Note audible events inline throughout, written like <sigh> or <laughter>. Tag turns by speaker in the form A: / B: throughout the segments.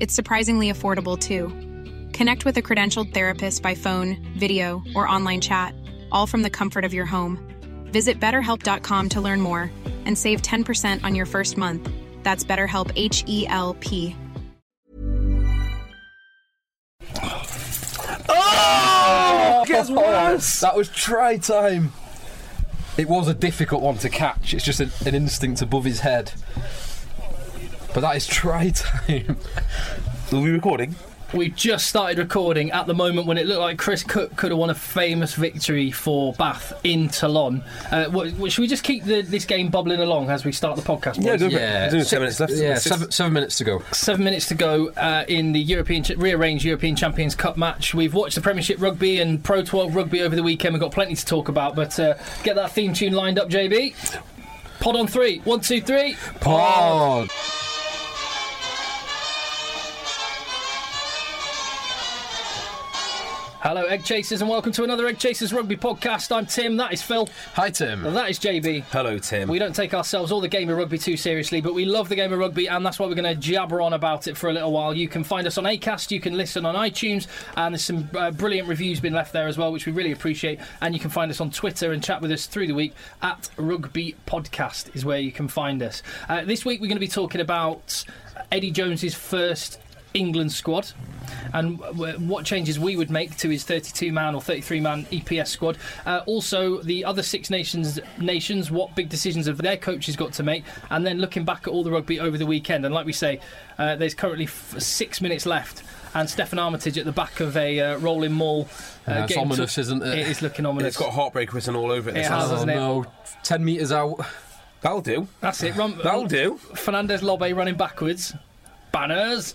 A: It's surprisingly affordable too. Connect with a credentialed therapist by phone, video, or online chat, all from the comfort of your home. Visit betterhelp.com to learn more and save 10% on your first month. That's BetterHelp H E L P.
B: Oh, <laughs>
C: Gets worse.
B: That was try time. It was a difficult one to catch. It's just an, an instinct above his head. But that is try time.
C: Are we recording?
D: We just started recording at the moment when it looked like Chris Cook could have won a famous victory for Bath in Toulon. Uh, what, what- should we just keep the, this game bubbling along as we start the podcast? boys?
C: go for it.
B: Yeah,
C: <laughs> There's only
B: si-
C: ten minutes left.
B: Yeah,
C: Six-
B: seven, seven minutes to go.
D: Seven minutes to go uh, in the European Ch- rearranged European Champions Cup match. We've watched the Premiership rugby and Pro 12 rugby over the weekend. We've got plenty to talk about, but uh, get that theme tune lined up, JB. Pod on three. One, two, three.
B: Pod.
D: Hello, Egg Chasers, and welcome to another Egg Chasers Rugby podcast. I'm Tim. That is Phil.
B: Hi, Tim.
D: And that is JB.
C: Hello, Tim.
D: We don't take ourselves or the game of rugby too seriously, but we love the game of rugby, and that's why we're going to jabber on about it for a little while. You can find us on Acast, you can listen on iTunes, and there's some uh, brilliant reviews been left there as well, which we really appreciate. And you can find us on Twitter and chat with us through the week at Rugby Podcast is where you can find us. Uh, this week we're going to be talking about Eddie Jones's first England squad and w- what changes we would make to his 32 man or 33 man EPS squad. Uh, also, the other Six Nations nations, what big decisions have their coaches got to make? And then looking back at all the rugby over the weekend. And like we say, uh, there's currently f- six minutes left. And Stefan Armitage at the back of a uh, rolling mall. Uh,
B: Yeah, it's
D: getting to-
B: ominous, isn't it?
D: It is looking ominous.
C: It's got heartbreak written all over it.
D: It
C: This
D: has.
C: has.
B: Oh
D: doesn't it?
B: no, ten meters out.
C: That'll do.
D: That's it. Rom- oh,
C: That'll do.
D: Fernandez Lobe running backwards. Banners.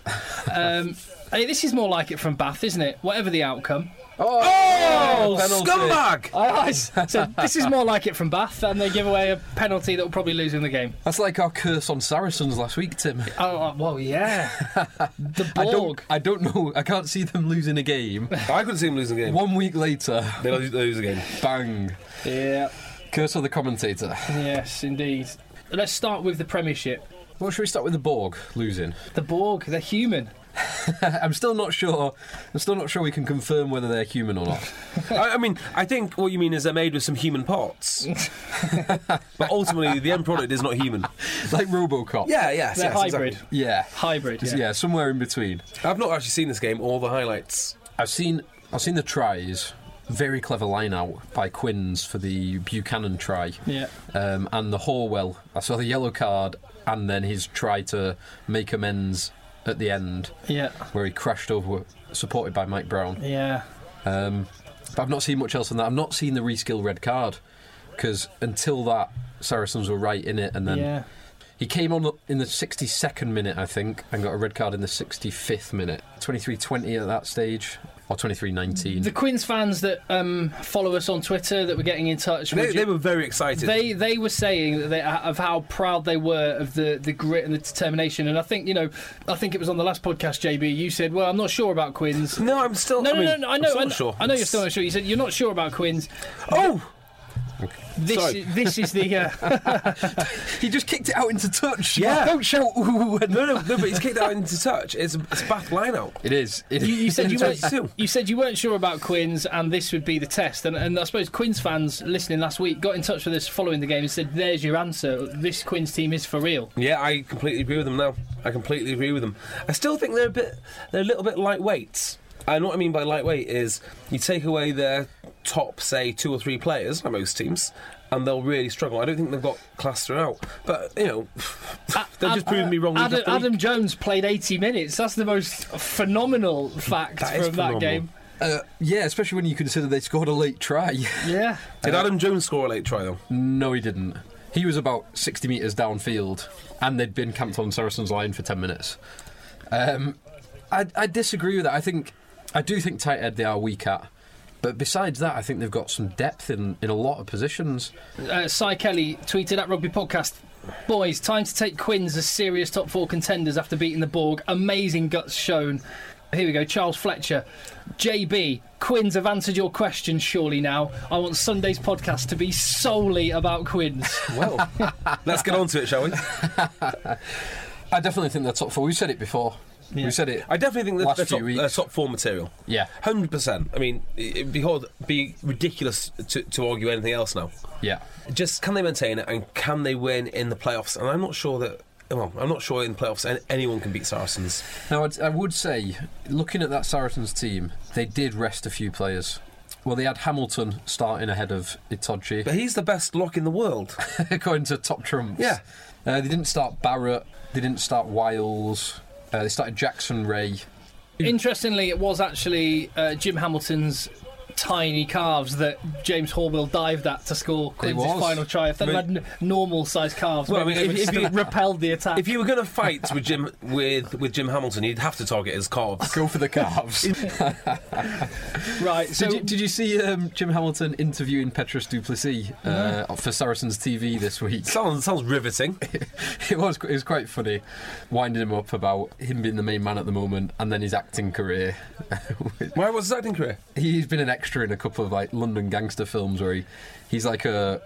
D: Um, <laughs> hey, this is more like it from Bath, isn't it? Whatever the outcome.
B: Oh, penalty.
C: Scumbag!
D: I, I <laughs> said this is more like it from Bath, and they give away a penalty that will probably lose in the game.
B: That's like our curse on Saracens last week, Tim.
D: Oh uh, well, yeah. the
B: I don't.
D: Borg.
B: I don't know. I can't see them losing a
C: <laughs>
B: game.
C: Oh, I couldn't see him losing the game.
B: One week later,
C: They lose, they lose the game.
B: bang.
D: Yeah.
B: Curse of the commentator.
D: Yes, indeed. Let's start with the Premiership.
B: Well, should we start with the Borg losing?
D: The Borg. They're human.
B: I'm still not sure. I'm still not sure we can confirm whether they're human or
D: <laughs>
B: not.
C: I, I mean, I think what you mean is they're made with some human <laughs> parts. but ultimately, the end product is not human.
B: like RoboCop.
C: Yeah, yes,
D: They're
C: yes,
D: hybrid.
C: exactly.
B: Yeah.
D: Hybrid.
B: Yeah.
D: Yeah.
B: somewhere in between.
C: I've not actually seen this game or the highlights.
B: I've seen. I've seen the tries. Very clever line out by Quinns for the Buchanan try.
D: Yeah.
B: Um, and the Horwell. I saw the yellow card and then his try to make amends at the end,
D: Yeah.
B: where he crashed over, supported by Mike Brown.
D: Yeah.
B: Um, but I've not seen much else than that. I've not seen the reskill red card because until that, Saracens were right in it, and then
D: Yeah.
B: he came on in the 62nd minute, I think, and got a red card in the 65th minute. 23-20 at that stage, or 23-19.
D: The Quins fans that um, follow us on Twitter that were getting in touch.
C: They,
D: would you-
C: they were very excited.
D: They they were saying that they, of how proud they were of the, the grit and the determination, and I think you know, I think it was on the last podcast, JB. You said, "Well, I'm not sure about Quins."
C: no, I'm still.
D: No,
C: I
D: no,
C: mean,
D: no, no, I
C: I'm
D: know,
C: still
D: I
C: not
D: know,
C: sure.
D: I know you're still not sure. You said you're not sure about Quins.
C: Oh,
D: This
C: Sorry.
D: is, this is the
C: <laughs>
D: uh,
B: he just kicked it out into touch. <laughs>
C: Yeah.
B: Don't shout ooh when-
C: no, no, no! But he's kicked out into touch. It's a, it's a bath line out.
B: It is. It
D: you, you said you weren't
C: Twenty-two.
D: you said you weren't sure about Quins, and this would be the test. And, and I suppose Quins fans listening last week got in touch with us following the game and said, "There's your answer. This Quins team is for real."
C: Yeah, I completely agree with them now. I completely agree with them. I still think they're a bit, they're a little bit lightweight. And what I mean by lightweight is you take away their top, say, two or three players by most teams, and they'll really struggle. I don't think they've got class throughout. But you know, <laughs> they've just proven me wrong. week
D: Adam,
C: after week.
D: Adam Jones played 80 minutes. That's the most phenomenal fact
C: That
D: from
C: is
D: that
C: phenomenal.
D: game.
B: Uh, yeah, especially when you consider they scored a late try. <laughs>
D: Yeah.
C: Did Adam Jones score a late try though?
B: no, he didn't. He was about 60 metres downfield, and they'd been camped on Saracen's line for 10 minutes. Um, I, I disagree with that. I think I do think tight end they are weak at. But besides that, I think they've got some depth in, in a lot of positions.
D: Uh, Cy Kelly tweeted at Rugby Podcast. Boys, time to take Quins as serious top four contenders after beating the Borg. Amazing guts shown. Here we go, Charles Fletcher. JB, Quins have answered your question surely now. I want Sunday's podcast to be solely about
C: <laughs>
D: Quins.
C: Well, let's get on to it, shall we?
B: I definitely think they're top four. We said it before.
D: Yeah.
B: We said it.
C: I definitely think
B: Last
C: that's
B: few
C: top,
B: weeks.
C: uh, top four material.
B: Yeah.
C: hundred percent. I mean, it- it'd be hard, be ridiculous to, to argue anything else now.
B: yeah.
C: Just can they maintain it and can they win in the playoffs? And I'm not sure that. Well, I'm not sure in playoffs an- anyone can beat Saracens.
B: Now, I'd, I would say, looking at that Saracens team, they did rest a few players. Well, they had Hamilton starting ahead of Itoji,
C: But he's the best lock in the world. <laughs>
B: according to Top Trumps.
C: Yeah.
B: Uh, they didn't start Barrett, they didn't start Wiles, uh, they started Jackson Ray.
D: Interestingly, it was actually uh, Jim Hamilton's tiny calves that James Horwell dived at to score Quins'
B: was.
D: final try. If they
C: I
D: had n- normal sized calves,
C: Well, I
D: maybe
C: mean,
D: they
C: if-
D: would
C: if you-
D: still repelled <laughs> the attack.
C: if you were going to fight with Jim with with Jim Hamilton, you'd have to target his calves.
B: Go for the
D: <laughs>
B: calves.
D: right, so
B: did, you, did you see um, Jim Hamilton interviewing Petrus Duplessis uh, for Saracens TV this week? <laughs>
C: Sounds sounds riveting.
B: it was it was quite funny, winding him up about him being the main man at the moment and then his acting career. <laughs>
C: Where was his acting career?
B: He's been an extra in a couple of like London gangster films where he, he's like a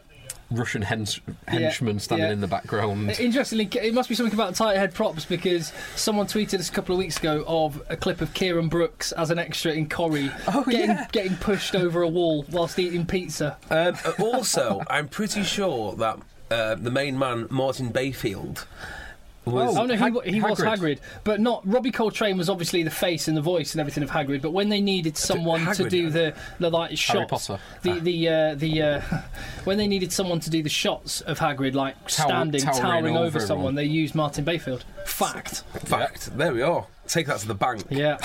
B: Russian hens- henchman standing
D: yeah.
B: in the background.
D: Interestingly, it must be something about tight head props because someone tweeted us a couple of weeks ago of a clip of Kieran Brooks as an extra in Corrie getting,
B: Oh, yeah.
D: getting pushed over a wall whilst eating pizza.
C: Um, uh, also, I'm pretty sure that uh, the main man, Martin Bayfield, was.
D: I don't know who
B: Oh, Hag-
D: oh, he was
B: Hagrid.
D: Hagrid, but not Robbie Coltrane was obviously the face and the voice and everything of Hagrid. But when they needed someone to
C: Hagrid,
D: do
C: yeah.
D: the the like shots,
B: Potter. Ah.
D: the the uh, the uh, <laughs> when they needed someone to do the shots of Hagrid, like
B: Tower-
D: standing
B: towering
D: towering
B: over
D: over someone,
B: everyone.
D: they used Martin Bayfield. Fact.
C: Fact. There we are. Take that to the bank. <laughs>
D: Yeah.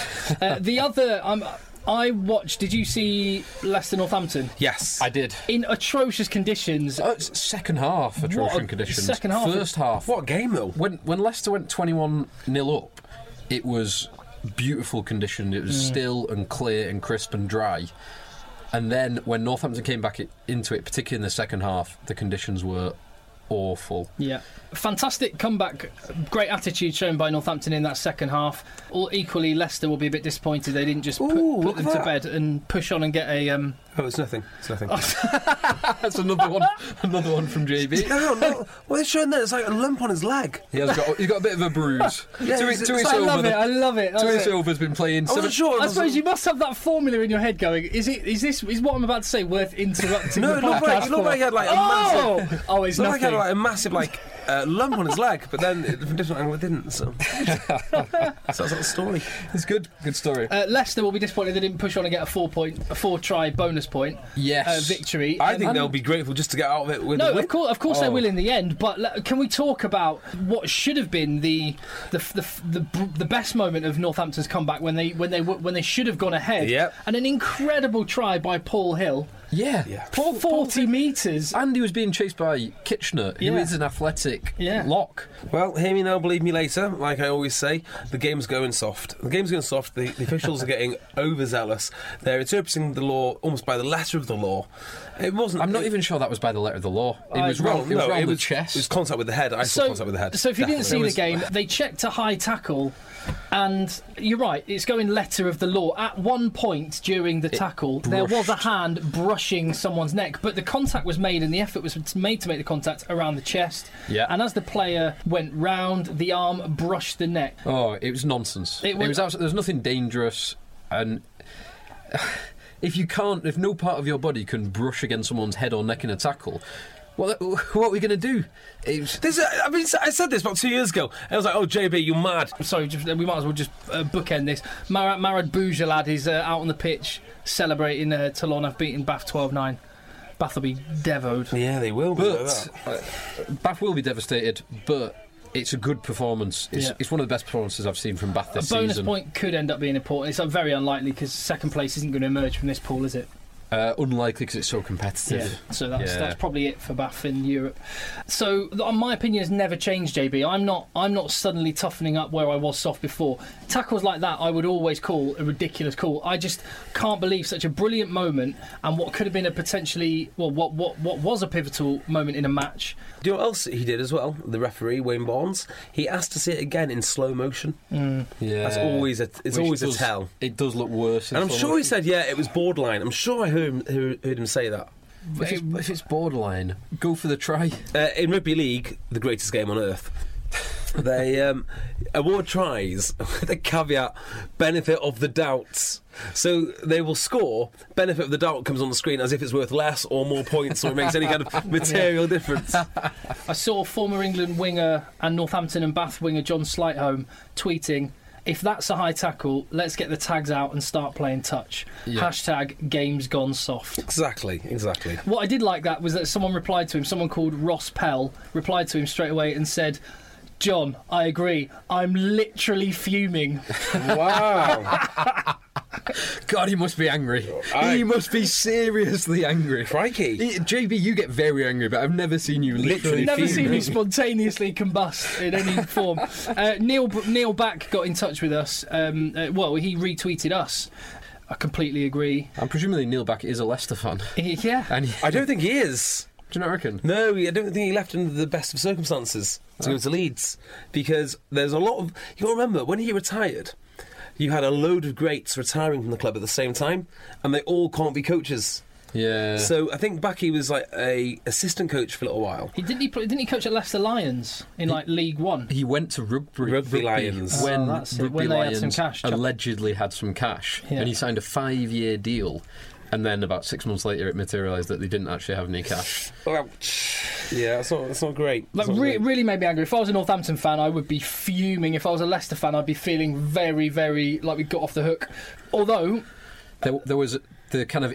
D: Uh, the other, um, I watched. Did you see Leicester Northampton
C: Yes.
B: I did.
D: in atrocious conditions?
B: Oh, it's second half
D: What a
B: atrocious conditions.
D: second half.
B: First half.
C: What a game though.
B: When when Leicester went twenty one 0 up, it was beautiful condition. It was
D: Mm.
B: still and clear and crisp and dry. And then when Northampton came back i- into it, particularly in the second half, the conditions were awful.
D: Yeah, fantastic comeback. Great attitude shown by Northampton in that second half. All equally, Leicester will be a bit disappointed they didn't just put,
C: Ooh,
D: put
C: look
D: them
C: at
D: to
C: that.
D: bed and push on and get a. Um,
C: Oh, it's nothing. It's <laughs> nothing.
B: That's another
D: <laughs>
B: one. another one from JB.
C: no, no. What they're showing there is like a lump on his leg.
B: He has got he's got a bit of a
D: <laughs>
B: bruise.
C: Yeah,
B: Tui-
C: it's-
B: Tui
C: it's-
D: I
B: Silva,
D: love it.
B: the-
D: I love it.
B: Tui
D: that's it.
B: Silva's been playing.
C: I
B: seven-
C: wasn't sure.
D: I suppose you must have that formula in your head going. Is it? Is this? Is what I'm about to say worth interrupting
C: No,
D: the
C: it looked
D: podcast
C: like, it looked
D: for?
C: like he had like a massive.
D: oh, oh, it's
C: It looked like he
D: nothing.
C: had like a massive like uh, lump on his leg, but then it- from a different angle it didn't. <laughs> So, so that's not the story.
B: It's good. Good story.
D: Uh, Leicester will be disappointed they didn't push on and get a four point, a four try bonus point
B: yes.
D: uh, victory.
C: I
D: Um,
C: think they'll be grateful just to get out of it with a
D: No,
C: win.
D: of course, of course they
B: Oh.
D: will in the end. But le- can we talk about what should have been the the, the the br- the best moment of Northampton's comeback when they when they w- when they should have gone ahead?
C: Yep.
D: And an incredible try by Paul Hill,
B: Yeah.
C: Yeah.
D: Paul forty meters.
B: Andy was being chased by Kitchener, who is
D: Yeah.
B: an athletic
D: Yeah.
B: lock.
C: Well, hear me now, believe me later. Like I always say, the game's going soft. The game's going soft. The, the officials are <laughs> getting overzealous. They're interpreting the law almost by the letter of the law. It wasn't.
B: I'm not
C: it-
B: even sure that was by the letter of the law. It
D: I-
B: was
C: Well,
B: round, it was
C: no,
B: round
C: it
B: the
C: was,
B: chest.
C: It was contact with the head. I saw contact with the head.
D: so if you didn't see
C: Definitely.
D: the game,
C: <laughs>
D: they checked a high tackle, and you're right, it's going letter of the law. At one point during the tackle, there was a hand brushing someone's neck, but the contact was made and the effort was made to make the contact around the chest.
B: Yeah.
D: And as the player went round, the arm brushed the neck.
B: oh, it was nonsense.
D: It
B: It was,
D: was-
B: absolutely, there was nothing dangerous, and if you can't, if no part of your body can brush against someone's head or neck in a tackle, what what are we going to do? It was,
C: This, I mean, I said this about two years ago. I was like, "Oh, JB, you're mad."
D: Sorry, just, we might as well just uh, bookend this. Marat Marat Boujalad is uh, out on the pitch celebrating uh, Toulon have beaten Bath 12 9. Bath will be devoed.
C: Yeah, they will.
B: but uh, Bath will be devastated, but. It's a good performance. It's,
D: Yeah.
B: it's one of the best performances I've seen from Bath this
D: bonus
B: season.
D: point could end up being important. It's uh, very unlikely because second place isn't going to emerge from this pool, is it?
B: Uh, Uh, unlikely because it's so competitive.
D: Yeah, so that's
B: Yeah.
D: that's probably it for Bath in Europe. So th- uh, my opinion has never changed, JB. I'm not I'm not suddenly toughening up where I was soft before. Tackles like that I would always call a ridiculous call. I just can't believe such a brilliant moment and what could have been a potentially well what what what was a pivotal moment in a match.
C: Do you know what else he did as well? The referee Wayne Barnes. He asked to see it again in slow motion.
B: Yeah.
C: That's always a-
B: Which
C: it's always a
B: does-
C: tell.
B: It does look worse. in
C: And I'm
B: some
C: sure he
B: ways.
C: said, "Yeah, it was borderline." I'm sure I heard him, heard heard him say that.
B: If it's, if it's borderline, go for the try.
C: Uh, in rugby league, the greatest game on earth, <laughs> they um, award tries with a caveat: benefit of the doubts. So they will score. Benefit of the doubt comes on the screen as if it's worth less or more points, or it makes any kind of material difference.
D: I saw former England winger and Northampton and Bath winger John Slightholme tweeting, if that's a high tackle, let's get the tags out and start playing touch.
B: Yeah.
D: Hashtag games gone soft.
C: Exactly, exactly.
D: What I did like that was that someone replied to him, someone called Ross Pell replied to him straight away and said, John, I agree. I'm literally
B: <laughs>
D: fuming.
C: Wow.
B: <laughs> God, he must be angry.
C: I-
B: He must be seriously angry.
C: Crikey.
B: He- JB, you get very angry, but I've never seen you literally.
C: Literally
D: Never
B: fuming.
D: seen you spontaneously combust in any
B: <laughs>
D: form. Uh, Neil Neil Back got in touch with us. Um, uh, well, he retweeted us. I completely agree.
B: And presumably Neil Back is a Leicester fan.
D: Yeah.
B: And he, <laughs>
C: I don't think he is.
B: do you not reckon?
C: No, I don't think he left under the best of circumstances to go to Leeds because there's a lot of. You got to remember when he retired, you had a load of greats retiring from the club at the same time, and they all can't be coaches.
B: Yeah.
C: So I think Bucky was like a assistant coach for a little while.
D: He didn't he play, didn't he coach at Leicester Lions in like League One?
B: he went to rugby,
C: Rugby Lions.
B: when
D: Oh, that's it,
B: rugby
D: when they had
B: Lions
D: some cash, Chuck.
B: allegedly had some cash,
D: Yeah.
B: and he signed a five-year deal. And then about six months later, it materialised that they didn't actually have any cash.
C: Ouch. Yeah, that's not that's not great.
D: Like
C: That's not
D: re-
C: great.
D: really made me angry. If I was a Northampton fan, I would be fuming. If I was a Leicester fan, I'd be feeling very, very like we got off the hook. Although
B: There, there was the kind of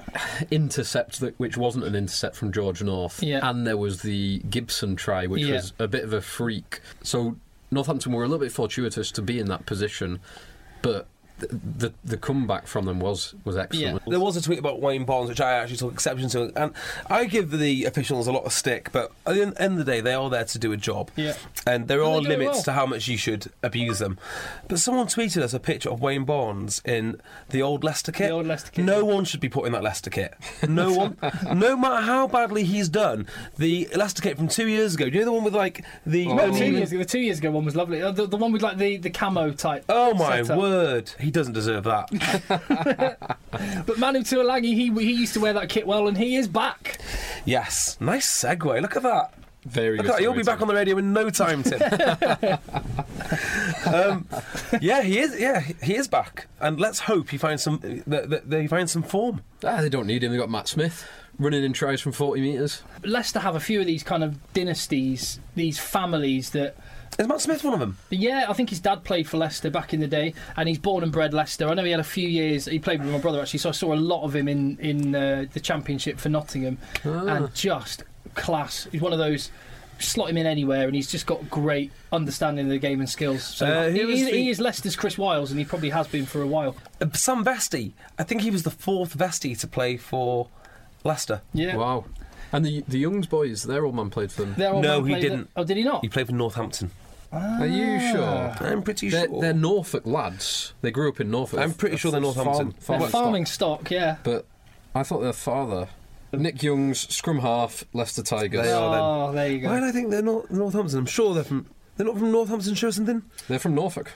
B: intercept that, which wasn't an intercept from George North,
D: Yeah.
B: and there was the Gibson try, which
D: Yeah.
B: was a bit of a freak. So Northampton were a little bit fortuitous to be in that position, but th- the the comeback from them was was excellent.
C: There was a tweet about Wayne Barnes, which I actually took exception to, and I give the officials a lot of stick. But at the en- end of the day, they are there to do a job,
D: Yeah.
C: and there
D: And
C: are
D: they do it
C: limits
D: well.
C: to how much you should abuse them. But someone tweeted us a picture of Wayne Barnes in the old Leicester kit.
D: The old Leicester kit,
C: No
D: yeah.
C: one should be put in that Leicester
D: <laughs>
C: kit. No one, no matter how badly he's done. The Leicester kit from two years ago. Do you know the one with like the?
D: Oh.
C: um,
D: Well, the two years ago, the two years ago one was lovely. Uh, The, the one with like the, the camo type.
C: Oh my
D: setup.
C: word! He doesn't deserve that.
D: <laughs> But Manu Tuolagi, he he used to wear that kit well, and he is back.
C: yes, nice segue. Look at that.
B: Very
C: Look
B: good.
C: at that, you'll be
B: storytelling.
C: back on the radio in no time,
B: <laughs>
C: Tim. um, yeah, he is. Yeah, he is back, and let's hope he finds some. That, that, that he finds some form.
B: Ah, they don't need him. They've got Matt Smith running in tries from 40 metres.
D: Leicester have a few of these kind of dynasties, these families that
C: Is Matt Smith one of them?
D: But Yeah, I think his dad played for Leicester back in the day, and he's born and bred Leicester. I know he had a few years. He played with my brother actually, so I saw a lot of him in in uh, the Championship for Nottingham,
C: Ah.
D: and just class. He's one of those. Slot him in anywhere, and he's just got great understanding of the game and skills. So
C: Uh,
D: he,
C: who was
D: he,
C: the-
D: he is Leicester's Chris Wiles, and he probably has been for a while.
C: Uh, Sam Vesti. I think he was the fourth Vesti to play for Leicester.
D: Yeah,
B: Wow. And the the Youngs boys, their old man played for them.
D: Their old
C: No,
D: man
C: he
D: played at-
C: didn't.
D: Oh, did he not?
C: He played for Northampton.
B: Are you
D: Ah.
B: sure?
C: I'm pretty
B: Ah. They're,
C: sure.
B: they're Norfolk lads. They grew up in Norfolk.
C: I'm pretty sure they're
B: Farm-
C: Northampton.
D: They're
B: farming
D: farming
B: stock.
D: stock. yeah.
B: But I thought their father, Nick Youngs, scrum half, Leicester Tigers.
C: They
B: They
C: are.
B: are.
D: oh, there you go.
C: Why do I think they're not Northampton? I'm sure they're from. They're not from Northamptonshire or something.
B: They're from Norfolk.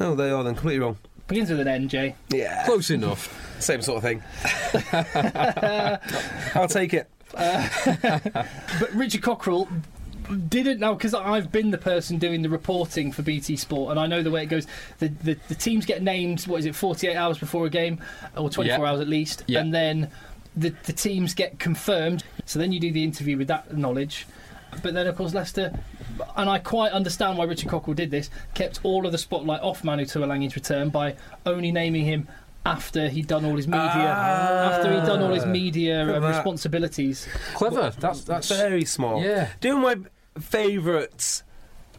C: No, they are. Then completely wrong.
D: Begins with an N, Jay.
C: Yeah,
B: Close enough.
C: same sort of thing. <laughs> I'll take it.
D: But Richard Cockrell didn't know because I've been the person doing the reporting for BT Sport, and I know the way it goes. The the, the teams get named. What is it? Forty eight hours before a game, or twenty four
B: Yeah.
D: hours at least,
B: Yeah.
D: and then the the teams get confirmed. So then you do the interview with that knowledge. But then, of course, Leicester, and I quite understand why Richard Cockrell did this, kept all of the spotlight off Manu Tuolangi's return by only naming him after he'd done all his media,
C: Ah.
D: after he'd done all his media
C: Look at
D: um,
C: that.
D: responsibilities.
B: Clever. That's that's.
C: very small.
B: Yeah.
C: Doing my favourite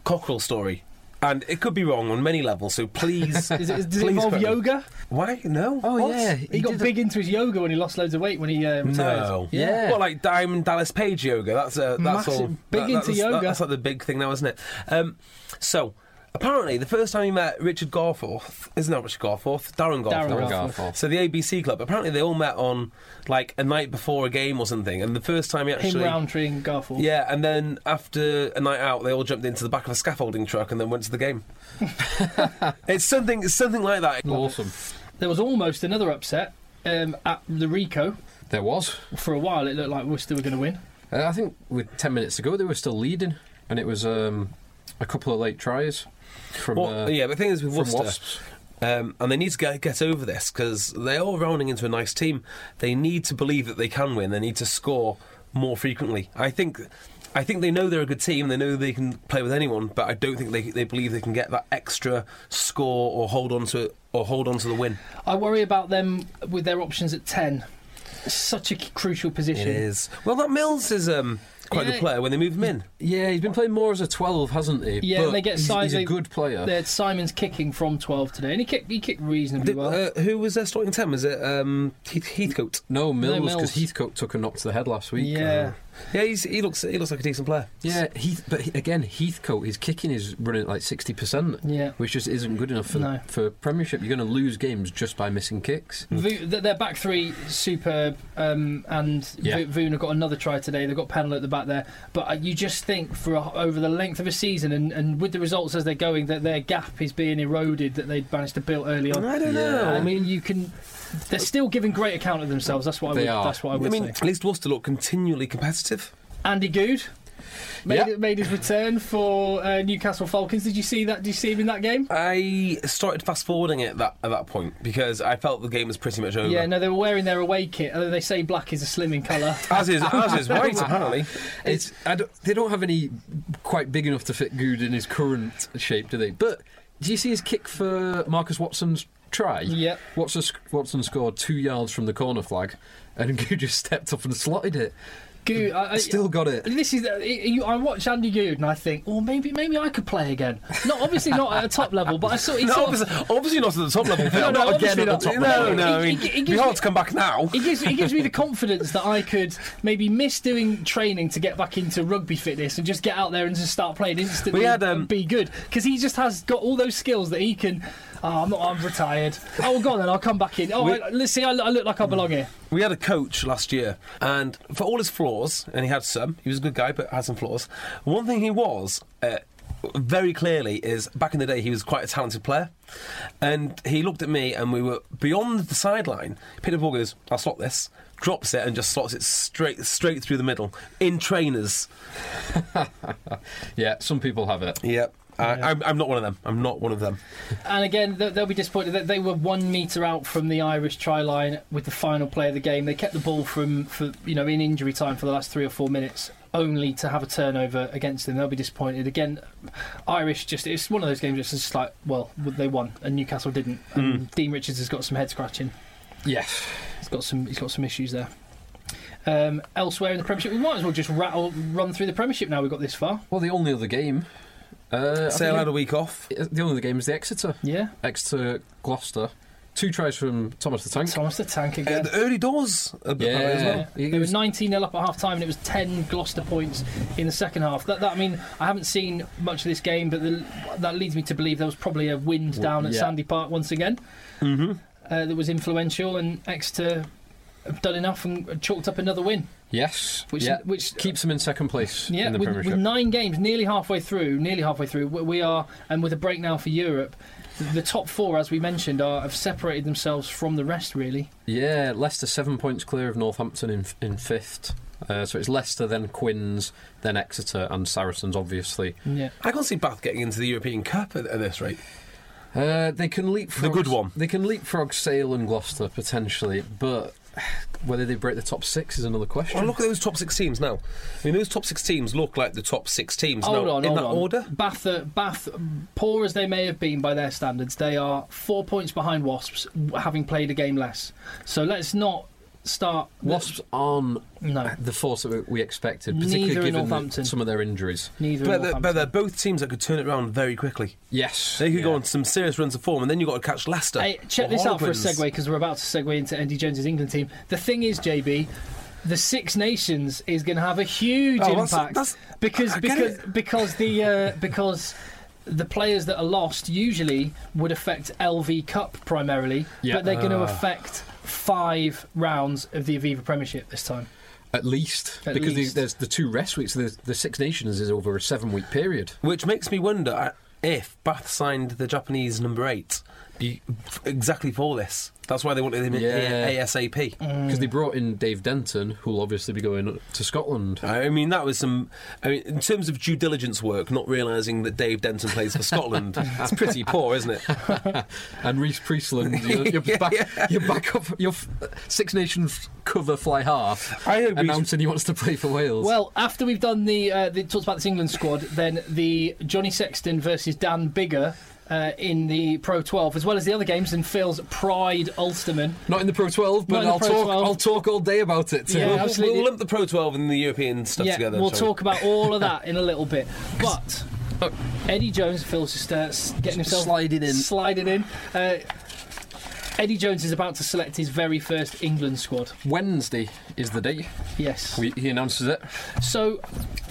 C: cockerel story. and it could be wrong on many levels. So please,
D: <laughs> Is it, does
C: please
D: it involve
C: correct me.
D: yoga?
C: Why? No.
B: Oh,
C: What?
B: yeah.
D: He, got
B: did a-
D: big into his yoga when he lost loads of weight when he uh, retired.
C: No.
B: Yeah.
C: Well, like Diamond Dallas Page yoga. That's a that's
D: Massive-
C: all.
D: big into
C: that's,
D: yoga.
C: that's like the big thing now, isn't it? Um, so apparently, the first time he met Richard Garforth, isn't that Richard Garforth? Darren Garforth.
D: Darren
B: Darren
D: Garforth.
B: Garforth.
C: So the ABC Club. Apparently, they all met on like a night before a game or something. And the first time he
D: Him,
C: actually.
D: Roundtree, and Garfield.
C: yeah, and then after a night out, they all jumped into the back of a scaffolding truck and then went to
B: <laughs>
C: the game. it's something, it's something like that.
B: Awesome.
D: There was almost another upset um, at the Rico.
B: There was.
D: For a while, it looked like Worcester were going to win.
B: Uh, I think with 10 minutes to go, they were still leading, and it was um, a couple of late tries from,
C: Well,
B: uh,
C: yeah, but the thing is with
B: from
C: Worcester,
B: Wasps.
C: Um, and they need to get, get over this because they're all rounding into a nice team. They need to believe that they can win. They need to score more frequently. I think, I think they know they're a good team. They know they can play with anyone, but I don't think they, they believe they can get that extra score or hold on to or hold on to the win.
D: I worry about them with their options at 10. Such a c- crucial position.
C: It is well that Mills is um, quite a
D: Yeah.
C: good player when they move him in.
B: Yeah, he's been playing more as a 12, hasn't he?
D: Yeah,
B: But
D: and they get
B: he's,
D: size.
B: he's a
D: they-
B: good player.
D: they're- Simon's kicking from 12 today, and he kicked, he kicked reasonably
C: Did-
D: well.
C: uh, who was their starting ten? Was it um, Heath- Heathcote?
B: No, Mills,
D: Mills.
B: because Heathcote took a knock to the head last week.
D: yeah.
C: Yeah, he's, he looks he looks like a decent player.
B: Yeah, Heath, but he, again, Heathcote, his kicking is running at like 60%,
D: Yeah.
B: which just isn't good enough for,
D: No. Mm.
B: for Premiership. You're going to lose games just by missing kicks.
D: Vu- th- their back three superb, um, and
B: Yeah.
D: yeah. Vuna got another try today. They've got Penal at the back there, but uh, you just think for a, over the length of a season, and, and with the results as they're going, that their gap is being eroded that they managed to build early on.
C: I don't
B: Yeah.
C: know.
D: I mean, you can. They're still giving great account of themselves. That's what I
B: They
D: would.
B: are.
D: That's what I
C: I
D: would
C: mean,
D: say.
C: at least Worcester look continually competitive.
D: Andy Good made,
B: Yeah.
D: it, made his return for uh, Newcastle Falcons. Did you see that? Did you see him in that game?
C: I started fast forwarding it that, at that point because I felt the game was pretty much over.
D: Yeah, no, they were wearing their away kit. Although they say black is a slimming colour.
C: <laughs> As is, as is white, apparently.
B: It's I don't, they don't have any quite big enough to fit Good in his current shape, do they? But do you see his kick for Marcus Watson's try?
D: Yep.
B: Watson, sc- Watson scored two yards from the corner flag, and <laughs> Good just stepped up and slotted it.
D: Good. I, I-
B: Still got it.
D: This is uh, you, I watch Andy Goode and I think, well, maybe maybe I could play again. Not obviously not at a top level, but I
C: <laughs>
D: saw <laughs> he
C: No,
D: sort of-
C: obviously, obviously not at the top level. Phil.
D: <laughs> no,
C: Not
D: obviously
C: again at the top
D: not. No,
C: level.
D: no,
C: No, no, I
D: it-
C: mean,
D: it- it
C: it'd be
D: gives
C: hard
D: me-
C: to come back now.
D: It gives, it gives me the confidence that I could maybe miss doing training to get back into rugby fitness and just get out there and just start playing instantly
C: We had, um,
D: and be good. Because he just has got all those skills that he can. Oh, I'm, not, I'm retired. Oh, well, go on then, I'll come back in. Oh,
C: We-
D: I, let's see, I, look- I look like I belong here.
C: We had a coach last year, and for all his flaws, and he had some, he was a good guy, but had some flaws. One thing he was uh, very clearly is back in the day, he was quite a talented player. And he looked at me, and we were beyond the sideline. Picked up the ball, goes, I'll slot this, drops it, and just slots it straight straight through the middle in trainers.
B: Yeah, some people have it.
C: Yep. I, I'm, I'm not one of them. I'm not one of them.
D: And again, th- they'll be disappointed that they were one metre out from the Irish try line with the final play of the game. They kept the ball from, for, you know, in injury time for the last three or four minutes, only to have a turnover against them. They'll be disappointed. Again, Irish just, it's one of those games that's just like, well, they won and Newcastle didn't. And Dean Richards has got some head scratching.
B: Yes.
D: He's got some, he's got some issues there. Um, elsewhere in the Premiership, we might as well just rattle, run through the Premiership now we've got this far.
B: Well, the only other game. Uh, I
C: Sale
B: think
C: had a week off.
B: it- uh, the only other game is the Exeter.
D: Yeah.
B: Exeter Gloucester. Two tries from Thomas the Tank.
D: Thomas the Tank
C: Uh,
D: again.
C: the early doors, uh, apparently as
B: Yeah.
C: well.
D: Yeah. It was 19 0 up at half time, and it was 10 Gloucester points in the second half. That, that I mean, I haven't seen much of this game, but the, that leads me to believe there was probably a wind down at
B: yeah. Mm-hmm.
D: Sandy Park once again uh, that was influential, and Exeter have done enough and chalked up another win,
B: Yes.
D: which
B: yeah.
D: which uh,
B: keeps them in second place
D: yeah,
B: in the
D: with,
B: Premiership.
D: with nine games, nearly halfway through, nearly halfway through, we- we are, and with a break now for Europe, the, the top four, as we mentioned, are have separated themselves from the rest really.
B: Yeah, Leicester seven points clear of Northampton in in fifth. Uh, so it's Leicester, then Quinns, then Exeter, and Saracens. Obviously,
D: Yeah.
C: I can't see Bath getting into the European Cup at, at this rate.
B: uh, they can leapfrog
C: The good one.
B: They can leapfrog Sale and Gloucester potentially, but whether they break the top six is another question.
C: Well, Oh, look at those top six teams now. I mean, those top six teams look like the top six teams
D: Hold
C: now
D: on,
C: in
D: hold
C: that
D: on.
C: order.
D: Bath, uh, Bath, poor as they may have been by their standards, they are four points behind Wasps, w- having played a game less. So let's not start.
B: Wasps aren't
D: No.
B: the force that we- we expected,
D: Neither
B: particularly
D: in
B: given
D: Northampton.
B: some of their injuries.
D: Neither.
C: But
D: in
C: they're, but
D: Northampton.
C: they're both teams that could turn it around very quickly.
B: Yes,
C: They could go
B: yeah.
C: on some serious runs of form, and then you've got to catch Leicester.
D: Hey, check
C: or
D: this out for a
C: Harlequins.
D: segue because we're about to segue into Andy Jones's England team. The thing is, JB, the Six Nations is going to have a huge
C: Oh, that's-
D: impact
C: that's-
D: because
C: I get
D: because
C: it.
D: because the uh, because. The players that are lost usually would affect LV Cup primarily,
B: Yeah.
D: but they're going to affect five rounds of the Aviva Premiership this time.
B: at least
D: At
B: because the-
D: least.
B: there's the two rest weeks. The, the Six Nations is over a seven week period.
C: Which makes me wonder uh, if Bath signed the Japanese number eight be, f- exactly for this. That's why they wanted him in
B: Yeah.
C: A- ASAP.
D: Mm. Oh.
B: Because they brought in Dave Denton, who'll obviously be going to
D: <laughs>
B: Scotland.
C: I mean, that was some. I mean, in terms of due diligence work, not realising that Dave Denton plays for
D: <laughs>
C: Scotland, it's pretty poor, isn't it?
B: And Reese Priestland, you're,
D: <laughs>
B: you're, back, you're back up, your f- Six Nations cover fly half,
C: I hope he's-
B: announcing he wants to play for Wales.
D: Well, after we've done the, uh, the talks about this England squad, then the Johnny Sexton versus Dan Bigger uh, in the Pro 12, as well as the other games, and Phil's Pride Ulsterman.
B: not in the Pro 12,
D: Not
B: but
D: in the
B: I'll
D: Pro
B: talk.
D: 12.
B: I'll talk all day about it. Too.
D: Yeah,
C: We'll- we'll,
D: absolutely.
C: lump the Pro 12 and the European stuff together.
D: we'll
C: shall we?
D: talk about all of that in a
B: <laughs>
D: little bit. But Eddie Jones, Phil's just uh, s- getting himself
B: Sliding in.
D: Sliding in. Uh, Eddie Jones is about to select his very first England squad.
B: Wednesday is the date.
D: Yes.
B: We, he announces it.
D: So,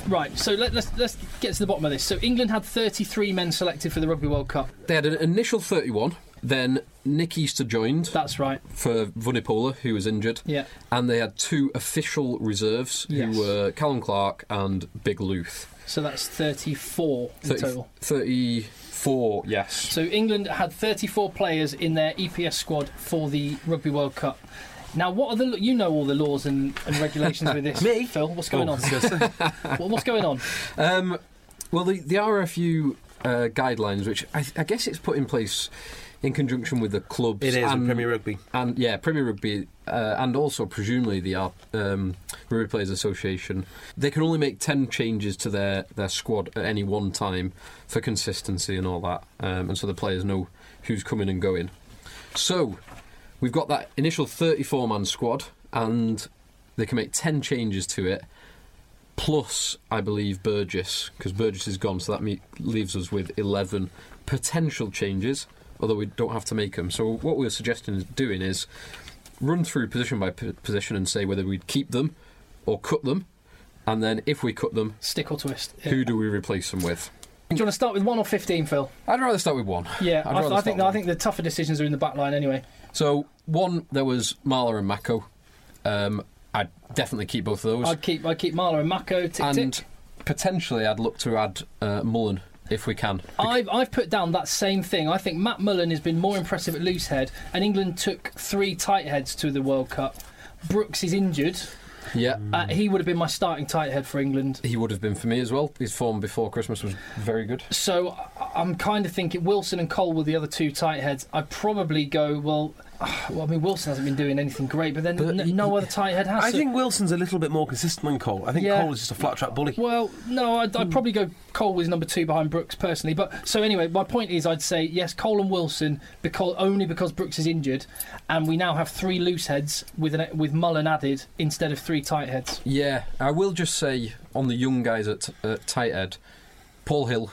D: right. So let, let's let's get to the bottom of this. So England had 33 men selected for the Rugby World Cup.
B: They had an initial 31. Then Nick Easter joined
D: That's right.
B: for Vunipola, who was injured.
D: Yeah.
B: And they had two official reserves,
D: Yes.
B: who were Callum Clark and Big Luth.
D: So that's 34 in
B: 30
D: total.
B: 34, yes.
D: So England had 34 players in their EPS squad for the Rugby World Cup. Now, what are the you know all the laws and, and regulations
B: <laughs>
D: with this?
C: Me?
D: Phil, what's going
C: Oh,
D: on?
C: I
D: <laughs>
C: was gonna say.
D: Well, what's going on?
B: Um, well, the, the RFU uh, guidelines, which I, I guess it's put in place in conjunction with the clubs.
C: it is in
B: and,
C: Premier Rugby.
B: And yeah, Premier Rugby, uh, and also presumably the R- um, Rugby Players Association, they can only make ten changes to their, their squad at any one time for consistency and all that, um, and so the players know who's coming and going. So we've got that initial thirty-four man squad, and they can make ten changes to it. Plus, I believe Burgess, because Burgess is gone, so that me- leaves us with 11 potential changes, although we don't have to make them. So, what we're suggesting is doing is run through position by p- position and say whether we'd keep them or cut them, and then if we cut them,
D: Stick or twist? Yeah.
B: who do we replace them with?
D: Do you want to start with one or 15, Phil?
B: I'd rather start with one.
D: Yeah,
B: I'd
D: I,
B: rather
D: I think
B: start
D: I think the tougher decisions are in the back line anyway.
B: So, one, there was Marla and Mako. Um, I'd definitely keep both of those.
D: I'd keep I'd keep Marla and Mako. Tick,
B: and
D: tick.
B: potentially, I'd look to add uh, Mullen if we can.
D: I've, I've put down that same thing. I think Matt Mullen has been more impressive at loose head, and England took three tight heads to the World Cup. Brooks is injured.
B: Yeah.
D: Uh, he would have been my starting tight head for England.
B: He would have been for me as well. His form before Christmas was very good.
D: So I- I'm kind of thinking Wilson and Cole were the other two tight heads. I'd probably go, well, <sighs> well I mean, Wilson hasn't been doing anything great, but then
B: But
D: n-
B: he-
D: no other tight head has.
C: I
D: So-
C: think Wilson's a little bit more consistent than Cole. I think
D: Yeah.
C: Cole is just a flat track bully.
D: Well, no, I'd,
B: Hmm.
D: I'd probably go Cole was number two behind Brooks personally. But so anyway, my point is, I'd say yes, Cole and Wilson, because only because Brooks is injured, and we now have three loose heads with an, with Mullen added instead of three tight heads.
B: Yeah, I will just say on the young guys at, at tight end, Paul Hill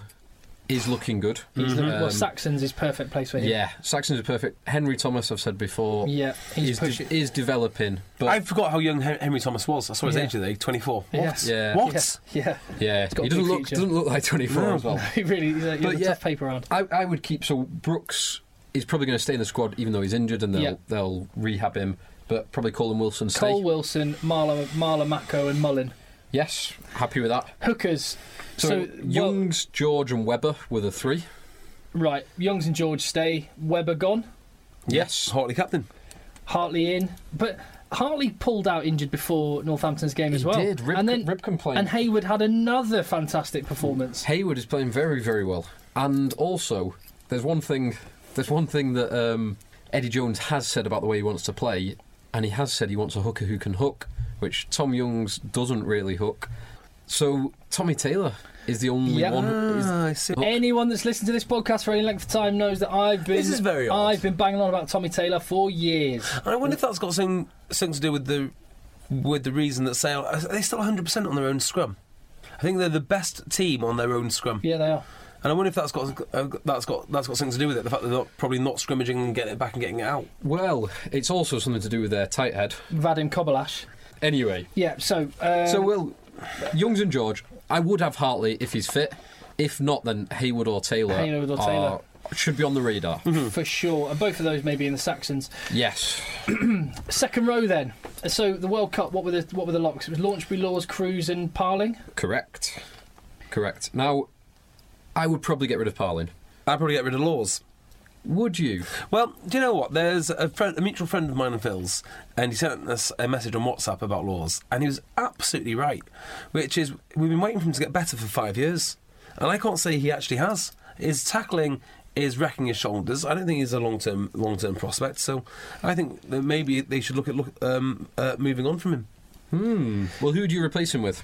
B: is looking good.
D: He's the- well,
B: Um,
D: Saxon's is perfect place for him.
B: yeah, Saxon's is perfect. Henry Thomas, I've said before,
D: yeah, he's
B: is, de-
D: pushing.
B: is developing. But
C: I forgot how young Hen- Henry Thomas was. I saw his
D: Yeah.
C: age today, 24. What?
D: Yes.
B: Yeah.
C: What?
D: <laughs> yeah,
B: yeah,
D: got
B: he
D: a
B: doesn't
D: big
B: look
D: future.
B: doesn't look like 24
C: No.
B: as well.
D: <laughs> he really, he's a, he's
B: But
D: a
B: yeah.
D: tough paper round.
B: I, I would keep so Brooks is probably going to stay in the squad even though he's injured and they'll
D: Yeah.
B: they'll rehab him. But probably Colin Wilson stay.
D: Cole Wilson, Marla, Marla Mako, and Mullen
B: Yes, happy with that.
D: hookers.
B: So,
D: well-
B: Youngs, George, and Webber were the three.
D: right, Youngs and George stay. Weber gone.
B: Yes.
C: Hartley captain.
D: Hartley in, but Hartley pulled out injured before Northampton's game as
B: He
D: well.
B: did, rib-
D: and then
B: rib complaint.
D: And Hayward had another fantastic performance.
B: Hayward is playing very, very well. And also, there's one thing. There's one thing that um, Eddie Jones has said about the way he wants to play, and he has said he wants a hooker who can hook, which Tom Youngs doesn't really hook. So Tommy Taylor is the only
D: Yeah.
B: one. Is,
C: Ah, I see.
D: Anyone that's listened to this podcast for any length of time knows that I've been
C: This is very odd.
D: I've been banging on about Tommy Taylor for years.
C: I wonder if that's got something, something to do with the with the reason that Sale are they still 100 percent on their own scrum. I think they're the best team on their own scrum,
D: Yeah, they are.
C: and I wonder if that's got uh, that's got that's got something to do with it. The fact that they're not, probably not scrimmaging and getting it back and getting it out.
B: well, it's also something to do with their tight head.
D: Vadim Kobolash.
B: Anyway,
D: Yeah. So. Uh,
C: Um,
B: so Will, Youngs and George, I would have Hartley if he's fit. If not, then Hayward or Taylor,
D: Hayward or
B: are-
D: Taylor.
B: should be on the radar.
C: Mm-hmm.
D: for sure, and both of those may be in the Saxons.
B: yes,
D: Second row then. So the World Cup. What were the what were the locks? It was Launchbury, Laws, Cruz, and Parling.
B: correct, correct. Now, I would probably get rid of Parlin.
C: I'd probably get rid of Laws.
B: Would you?
C: Well, do you know what? There's a friend, a mutual friend of mine and Phil's, and he sent us a message on WhatsApp about laws, and he was absolutely right, which is we've been waiting for him to get better for five years, and I can't say he actually has. His tackling is wrecking his shoulders. I don't think he's a long term long term prospect. So I think that maybe they should look at look, um, uh, moving on from him.
B: Well, who do you replace him with?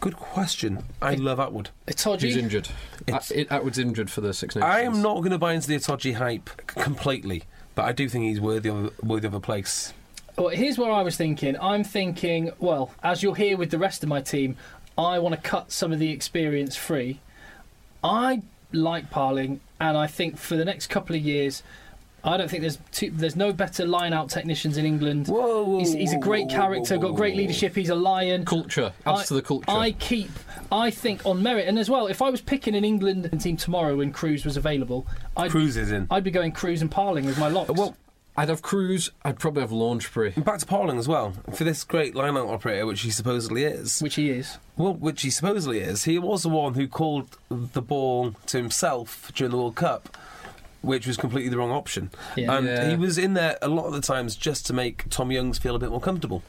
C: Good question. I love Atwood.
B: Who's
D: Itoji.
B: injured?
C: It's-
B: At- it- Atwood's injured for the Six Nations.
C: I am not going to buy into the Itoji hype c- completely, but I do think he's worthy of worthy of a place.
D: Well, here's what I was thinking. I'm thinking. Well, as you'll hear with the rest of my team, I want to cut some of the experience free. I like Parling, and I think for the next couple of years. I don't think there's two, there's no better line out technicians in England.
C: Whoa, whoa,
D: he's, he's a
C: whoa, whoa,
D: great
C: whoa,
D: character,
C: whoa,
D: got great
C: whoa.
D: leadership. He's a lion.
B: Culture adds to the culture.
D: I keep, I think, on merit, and as well, if I was picking an England team tomorrow when Cruz was available, I'd,
C: Cruz is in.
D: I'd be going Cruz and Parling with my locks.
C: Well,
B: I'd have Cruz. I'd probably have Launchbury.
C: back to Parling as well for this great line-out operator, which he supposedly is.
D: which he is.
C: well, which he supposedly is. He was the one who called the ball to himself during the World Cup, which was completely the wrong option.
D: Yeah.
C: And
B: Yeah.
C: he was in there a lot of the times just to make Tom Youngs feel a bit more comfortable.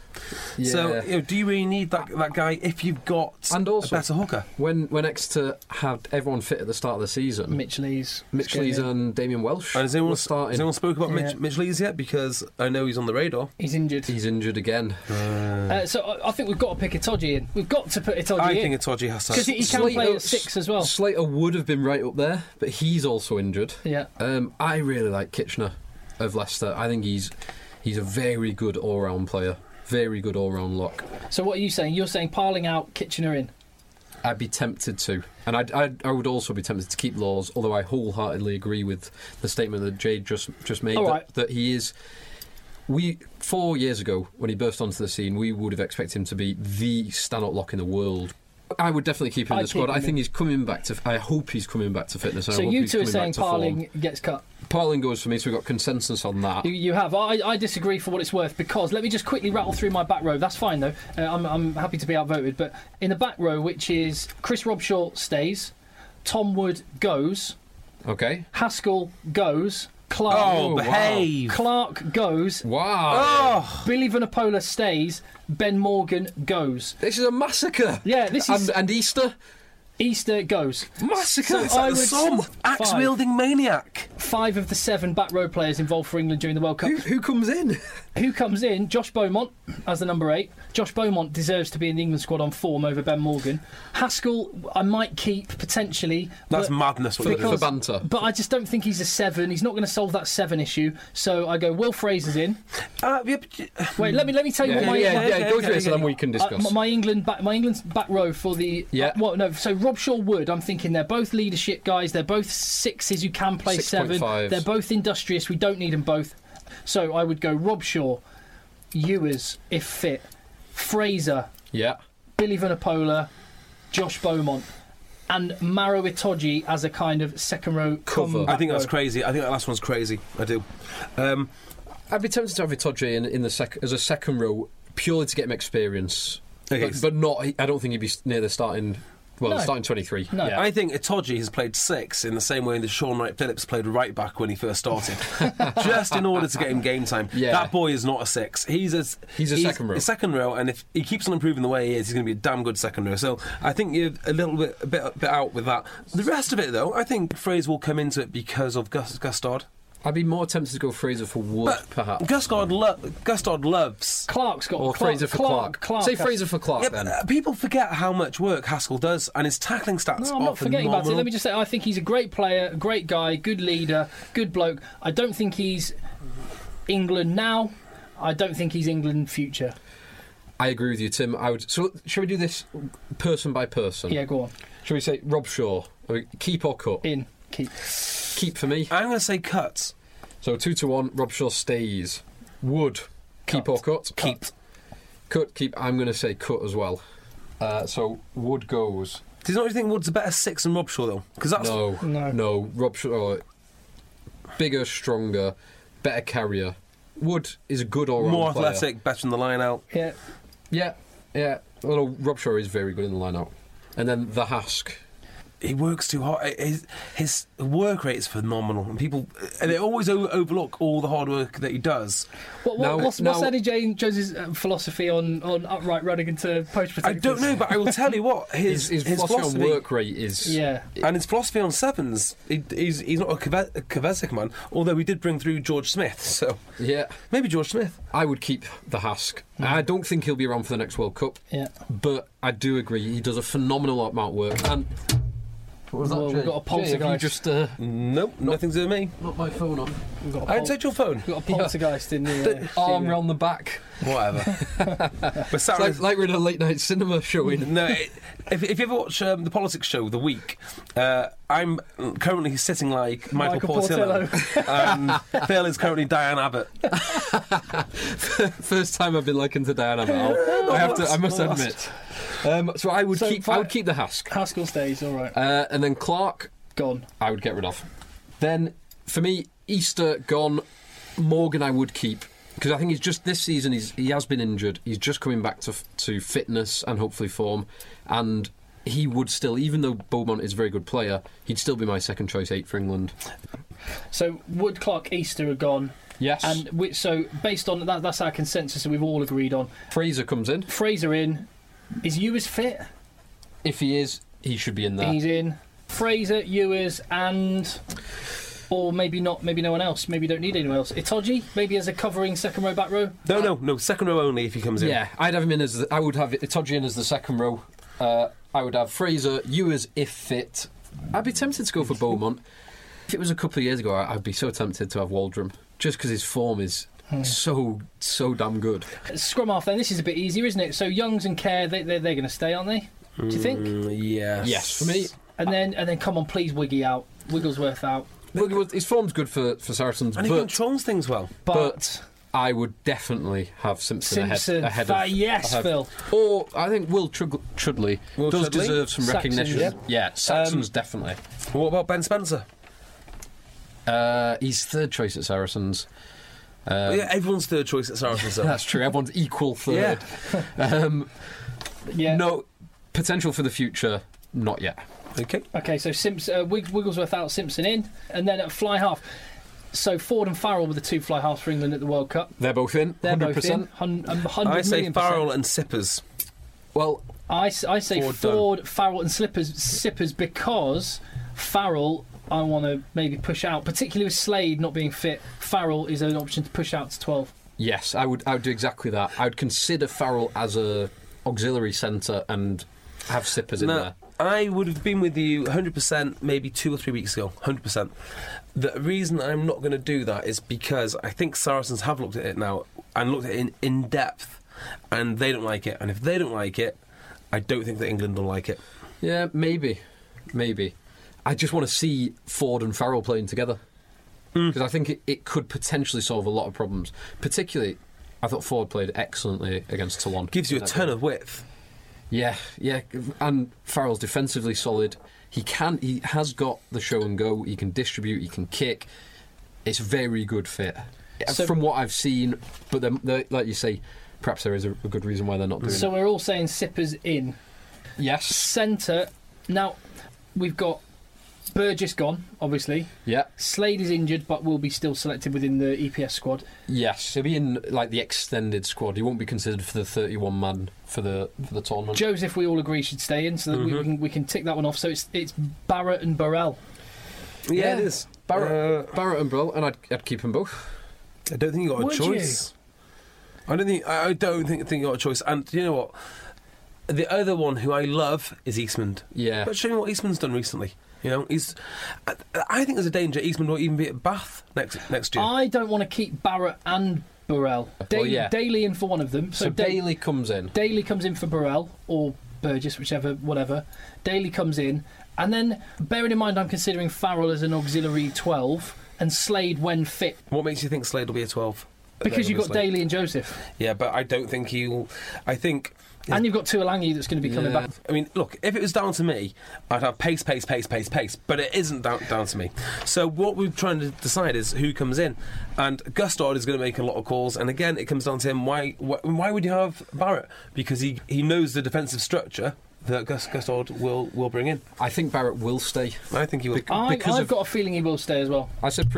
C: So,
B: Yeah.
C: you know, do you really need that that guy if you've got
B: And also-
C: a better hooker?
B: When when Exeter had everyone fit at the start of the season,
D: Mitch Lees.
B: Mitch Lees and Damien Welsh
C: And has anyone,
B: were
C: has
B: starting.
C: anyone spoke about
D: Yeah.
C: Mitch, Mitch Lees yet? Because I know he's on the radar.
D: He's injured.
B: He's injured again.
D: Uh, so I, I think we've got to pick Itoji in. We've got to put Itoji
C: I
D: in.
C: think Itoji has to.
D: Because he, he can play at six as well.
B: Slater would have been right up there, but he's also injured.
D: Yeah.
B: Um, I really like Kitchener of Leicester. I think he's he's a very good all-round player. Very good all-round lock.
D: So what are you saying? You're saying Parling out, Kitchener in.
B: I'd be tempted to, and I'd, I'd, I would also be tempted to keep Laws. Although I wholeheartedly agree with the statement that Jade just just made
D: All
B: that,
D: right.
B: that he is. We four years ago when he burst onto the scene, we would have expected him to be the standout lock in the world. I would definitely keep him in
D: I'd
B: the squad.
D: keep him
B: I think
D: in.
B: he's coming back to. I hope he's coming back to fitness. and
D: so
B: I hope
D: you
B: he's
D: two are
B: coming back
D: saying
B: to form.
D: Parling gets cut.
B: Parling goes for me, so we've got consensus on that.
D: You, you have. I, I disagree for what it's worth because let me just quickly rattle through my back row. That's fine though. Uh, I'm, I'm happy to be outvoted. But in the back row, which is Chris Robshaw stays, Tom Wood goes,
B: Okay.
D: Haskell goes, Clark.
C: Oh, behave.
D: Clark goes,
B: Wow.
C: Oh,
D: Billy Vanapola stays, Ben Morgan goes,
B: This is a massacre.
D: Yeah, this is-
B: and, and Easter
D: Easter goes.
B: massacre.
D: So I
C: the
D: would-
C: Somme, axe-wielding maniac.
D: Five of the seven back row players involved for England during the World Cup.
B: who, who comes in?
D: Who comes in? Josh Beaumont as the number eight. Josh Beaumont deserves to be in the England squad on form over Ben Morgan. Haskell, I might keep potentially.
C: That's
D: but-
C: madness. What you're doing.
D: because-
B: For banter.
D: But I just don't think he's a seven. He's not going to solve that seven issue. So I go. Will Fraser's in.
C: Uh, yeah, but you-
D: <sighs> Wait, let me let me tell you what
B: Yeah,
D: my
B: yeah,
D: my,
B: yeah, go through it so
C: okay.
B: then we can
D: uh,
B: discuss.
D: my England back my England's back row for the
B: Yeah.
D: uh, well no so Robshaw Wood. I'm thinking they're both leadership guys. They're both sixes who can play seven.
B: 6.5s.
D: They're both industrious. We don't need them both. So I would go Robshaw, Ewers if fit, Fraser,
B: yeah.
D: Billy Vanapola, Josh Beaumont, and Maro Itoji as a kind of second row
B: Cover.
D: come
C: I think
D: back
C: that's
D: row.
C: crazy. I think that last one's crazy. I do. Um,
B: I'd be tempted to have Itoje in, in the sec- as a second row purely to get him experience.
C: Okay.
B: But, but not, I don't think he'd be s- near the starting, well,
D: No.
B: starting 23.
D: No.
B: Yeah.
C: I think Itoji has played six in the same way that Sean Wright Phillips played right back when he first started, just in order to get him game time.
B: Yeah.
C: That boy is not a six. He's a s-
B: He's a second row.
C: A second row, and if he keeps on improving the way he is, he's going to be a damn good second row. So I think you're a little bit a bit, a bit out with that. The rest of it, though, I think Fraser will come into it because of Gus, Gustard.
B: I'd be more tempted to go Fraser for Wood, perhaps.
C: Gustard, lo- Gustard loves.
D: Clark's got
B: or
D: Clark,
B: Fraser for
D: Clark.
B: Clark.
D: Clark
B: Say
D: has-
B: Fraser for Clark
C: Yeah,
B: then.
C: but, uh, people forget how much work Haskell does, and his tackling stats
D: No, I'm
C: are
D: not forgetting
C: phenomenal.
D: about it. Let me just say, I think he's a great player, great guy, good leader, good bloke. I don't think he's England now. I don't think he's England future.
B: I agree with you, Tim. I would. So, shall we do this person by person?
D: Yeah, go on.
B: Shall we say Rob Shaw? I mean, Keep or cut?
D: In. Keep.
B: Keep for me.
C: I'm going to say cut.
B: So two to one. Rob Shaw stays. Wood. Keep or cut?
C: Keep.
B: Cut. Keep. I'm going to say cut as well. Uh, so Wood goes.
C: Do you not think Wood's a better six than Robshaw though? Because that's
B: No.
D: No.
B: No. Rob Shaw. oh, Bigger, stronger, better carrier. Wood is a good all round
C: more athletic, better than the line out.
D: Yeah.
B: Yeah. Yeah. Although Rob Shaw is very good in the line out. And then the Hask.
C: He works too hard. I- His, his work rate is phenomenal, and people and they always o- overlook all the hard work that he does.
D: What, what,
B: Now-
D: what's, what's
B: now-
D: Eddie Jane Jones' uh, philosophy on, on upright running into post protectors?
C: I don't know, but I will tell you what
B: <laughs>
C: his
B: His, his, philosophy on work rate is.
D: Yeah.
C: and his philosophy on sevens. He, he's he's not a Kvesic a Kvesic man, although we did bring through George Smith, <laughs> so
B: Yeah.
C: maybe George Smith.
B: I would keep the Hask. I don't think he'll be around for the next World Cup.
D: Yeah.
B: But I do agree, he does a phenomenal amount of work. And what was
D: Well, we've
B: Jay?
D: got a
B: Jay, have you
D: poltergeist.
B: just uh,
C: Nope, nothing's to do with me.
B: knocked my phone on.
D: We've got a,
C: I
D: pol-
C: can take
B: <laughs>
C: your phone.
D: we've got a poltergeist
C: <laughs>
D: in the. Uh,
B: Arm
D: studio.
B: round the back.
C: Whatever. <laughs> but
B: It's
C: Saturday,
B: like, like we're in a late night cinema <laughs> showing.
C: no, it, if, if you ever watch um, the politics show, The Week, uh, I'm currently sitting like Michael,
D: Michael
C: Portillo, <laughs> and Phil is currently Diane Abbott.
B: First time I've been likened to Diana <laughs> Mao. I have to. I must
C: Not
B: admit. Um, so I would
D: So
B: keep.
D: fi-
B: I would keep the Hask.
D: Haskell stays, all right.
B: Uh, and then Clark,
D: Gone.
B: I would get rid of. Then for me, Easter gone. Morgan, I would keep because I think he's just this season. He's he has been injured. He's just coming back to f- to fitness and hopefully form. And he would still, even though Beaumont is a very good player, he'd still be my second choice eight for England.
D: So Wood, Clark, Easter are gone.
B: Yes.
D: And we, so, based on that, that's our consensus that we've all agreed on.
B: Fraser comes in.
D: Fraser in. Is Ewers fit?
B: If he is, he should be in there.
D: He's in. Fraser, Ewers, and. Or maybe not, maybe no one else. Maybe don't need anyone else. Itoji, maybe as a covering second row back row.
C: No, no, no, second row only if he comes in.
B: Yeah, I'd have him in as the, I would have Itoji in as the second row. Uh, I would have Fraser, Ewers if fit. I'd be tempted to go for Beaumont. <laughs> if it was a couple of years ago, I- I'd be so tempted to have Waldrum just because his form is
D: Hmm.
B: so so damn good.
D: Scrum half then, this is a bit easier, isn't it? So Youngs and Kerr, they, they, they're going to stay, aren't they? Do you think?
C: Mm, yes.
B: Yes, for me,
D: And then, and then come on, please, Wiggy out. Wigglesworth out.
B: look, his form's good for for Saracens,
C: And he
B: but
C: controls things well.
D: But,
B: but I would definitely have Simpson,
D: Simpson,
B: ahead, ahead
D: ah,
B: of
D: yes,
B: ahead-
D: Phil.
B: Or I think Will Trug- Chudley
C: Will
B: does
C: Chudley?
B: deserve some
D: Saxons. Um,
B: recognition.
D: Yeah.
B: Yeah, Saxons definitely.
C: What about Ben Spencer?
B: Uh, he's third choice at Saracens. Um,
C: yeah, everyone's third choice at Saracens.
B: <laughs>
C: though.
B: That's true. Everyone's equal
C: yeah.
B: third. Um,
D: Yeah.
B: No potential for the future. Not yet.
C: Okay.
D: Okay, so Simpson, uh, Wig- Wigglesworth out, Simpson in, and then at fly half. So Ford and Farrell were the two fly halves for England at the World Cup.
B: They're both in.
D: They're both in.
B: 100%.
D: Hun- um, 100
C: I say
D: million percent.
C: Farrell and Sippers.
B: Well,
D: I, s- I say Ford,
C: Ford done.
D: Farrell, and Slippers, Sippers because Farrell, I want to maybe push out, particularly with Slade not being fit. Farrell is an option to push out to 12.
B: yes, I would. I would do exactly that. I would consider Farrell as a auxiliary centre and have Sippers in
C: No,
B: there.
C: I would have been with you 100% maybe two or three weeks ago. 100%. The reason I'm not going to do that is because I think Saracens have looked at it now and looked at it in, in depth, and they don't like it. And if they don't like it, I don't think that England will like it.
B: Yeah, maybe, maybe. I just want to see Ford and Farrell playing together
C: Hmm.
B: because I think it, it could potentially solve a lot of problems. Particularly, I thought Ford played excellently against Toulon.
C: Gives you a
B: in that
C: ton of width.
B: Yeah, yeah, and Farrell's defensively solid. He can, he has got the show and go. He can distribute. He can kick. It's very good fit
D: So-
B: from what I've seen. But then, the- like you say, perhaps there is a, a good reason why they're not doing
D: So
B: it.
D: we're all saying Sippers in.
B: Yes.
D: Centre, now we've got Burgess gone, obviously.
B: Yeah.
D: Slade is injured but will be still selected within the EPS squad.
B: Yes. He'll be in like the extended squad. He won't be considered for the thirty-one man for the for the tournament.
C: Mm-hmm.
D: Joseph, we all agree, should stay in, so that we, we, can, we can tick that one off. So it's it's Barrett and Burrell.
C: Yeah, it is. Uh,
B: Barrett, Barrett and Brill, and I'd, I'd keep them both.
C: I don't think you got a
D: Would
C: choice. I don't think I I don't think, think you got a choice. And you know what? The other one who I love is Eastman.
B: Yeah.
C: But show me what Eastman's done recently. You know, he's. I, I think there's a danger Eastman will even be at Bath next next year.
D: I don't want to keep Barrett and Burrell. Da-
B: Well, yeah.
D: Daly in for one of them. So,
B: So
D: Da-
B: Bailey comes in.
D: Daly comes in for Burrell or Burgess, whichever, whatever. Daly comes in, and then bearing in mind I'm considering Farrell as an auxiliary 12 and Slade when fit
C: What makes you think Slade will be a 12?
D: because you've got
C: Slade.
D: Daly and Joseph,
C: Yeah, but I don't think he'll. I think.
D: and you've got Tuolangi that's going to be coming
B: Yeah.
D: back.
C: I mean, look, if it was down to me, I'd have pace, pace, pace, pace, pace, but it isn't down, down to me. So, what we're trying to decide is who comes in. And Gustard is going to make a lot of calls. And again, it comes down to him why why, why would you have Barrett? Because he, he knows the defensive structure that Gus, Gustard will, will bring in.
B: I think Barrett will stay.
C: I think he will.
B: Bec-
D: I,
B: because
D: I've
B: of-
D: got a feeling he will stay as well.
B: I said pre-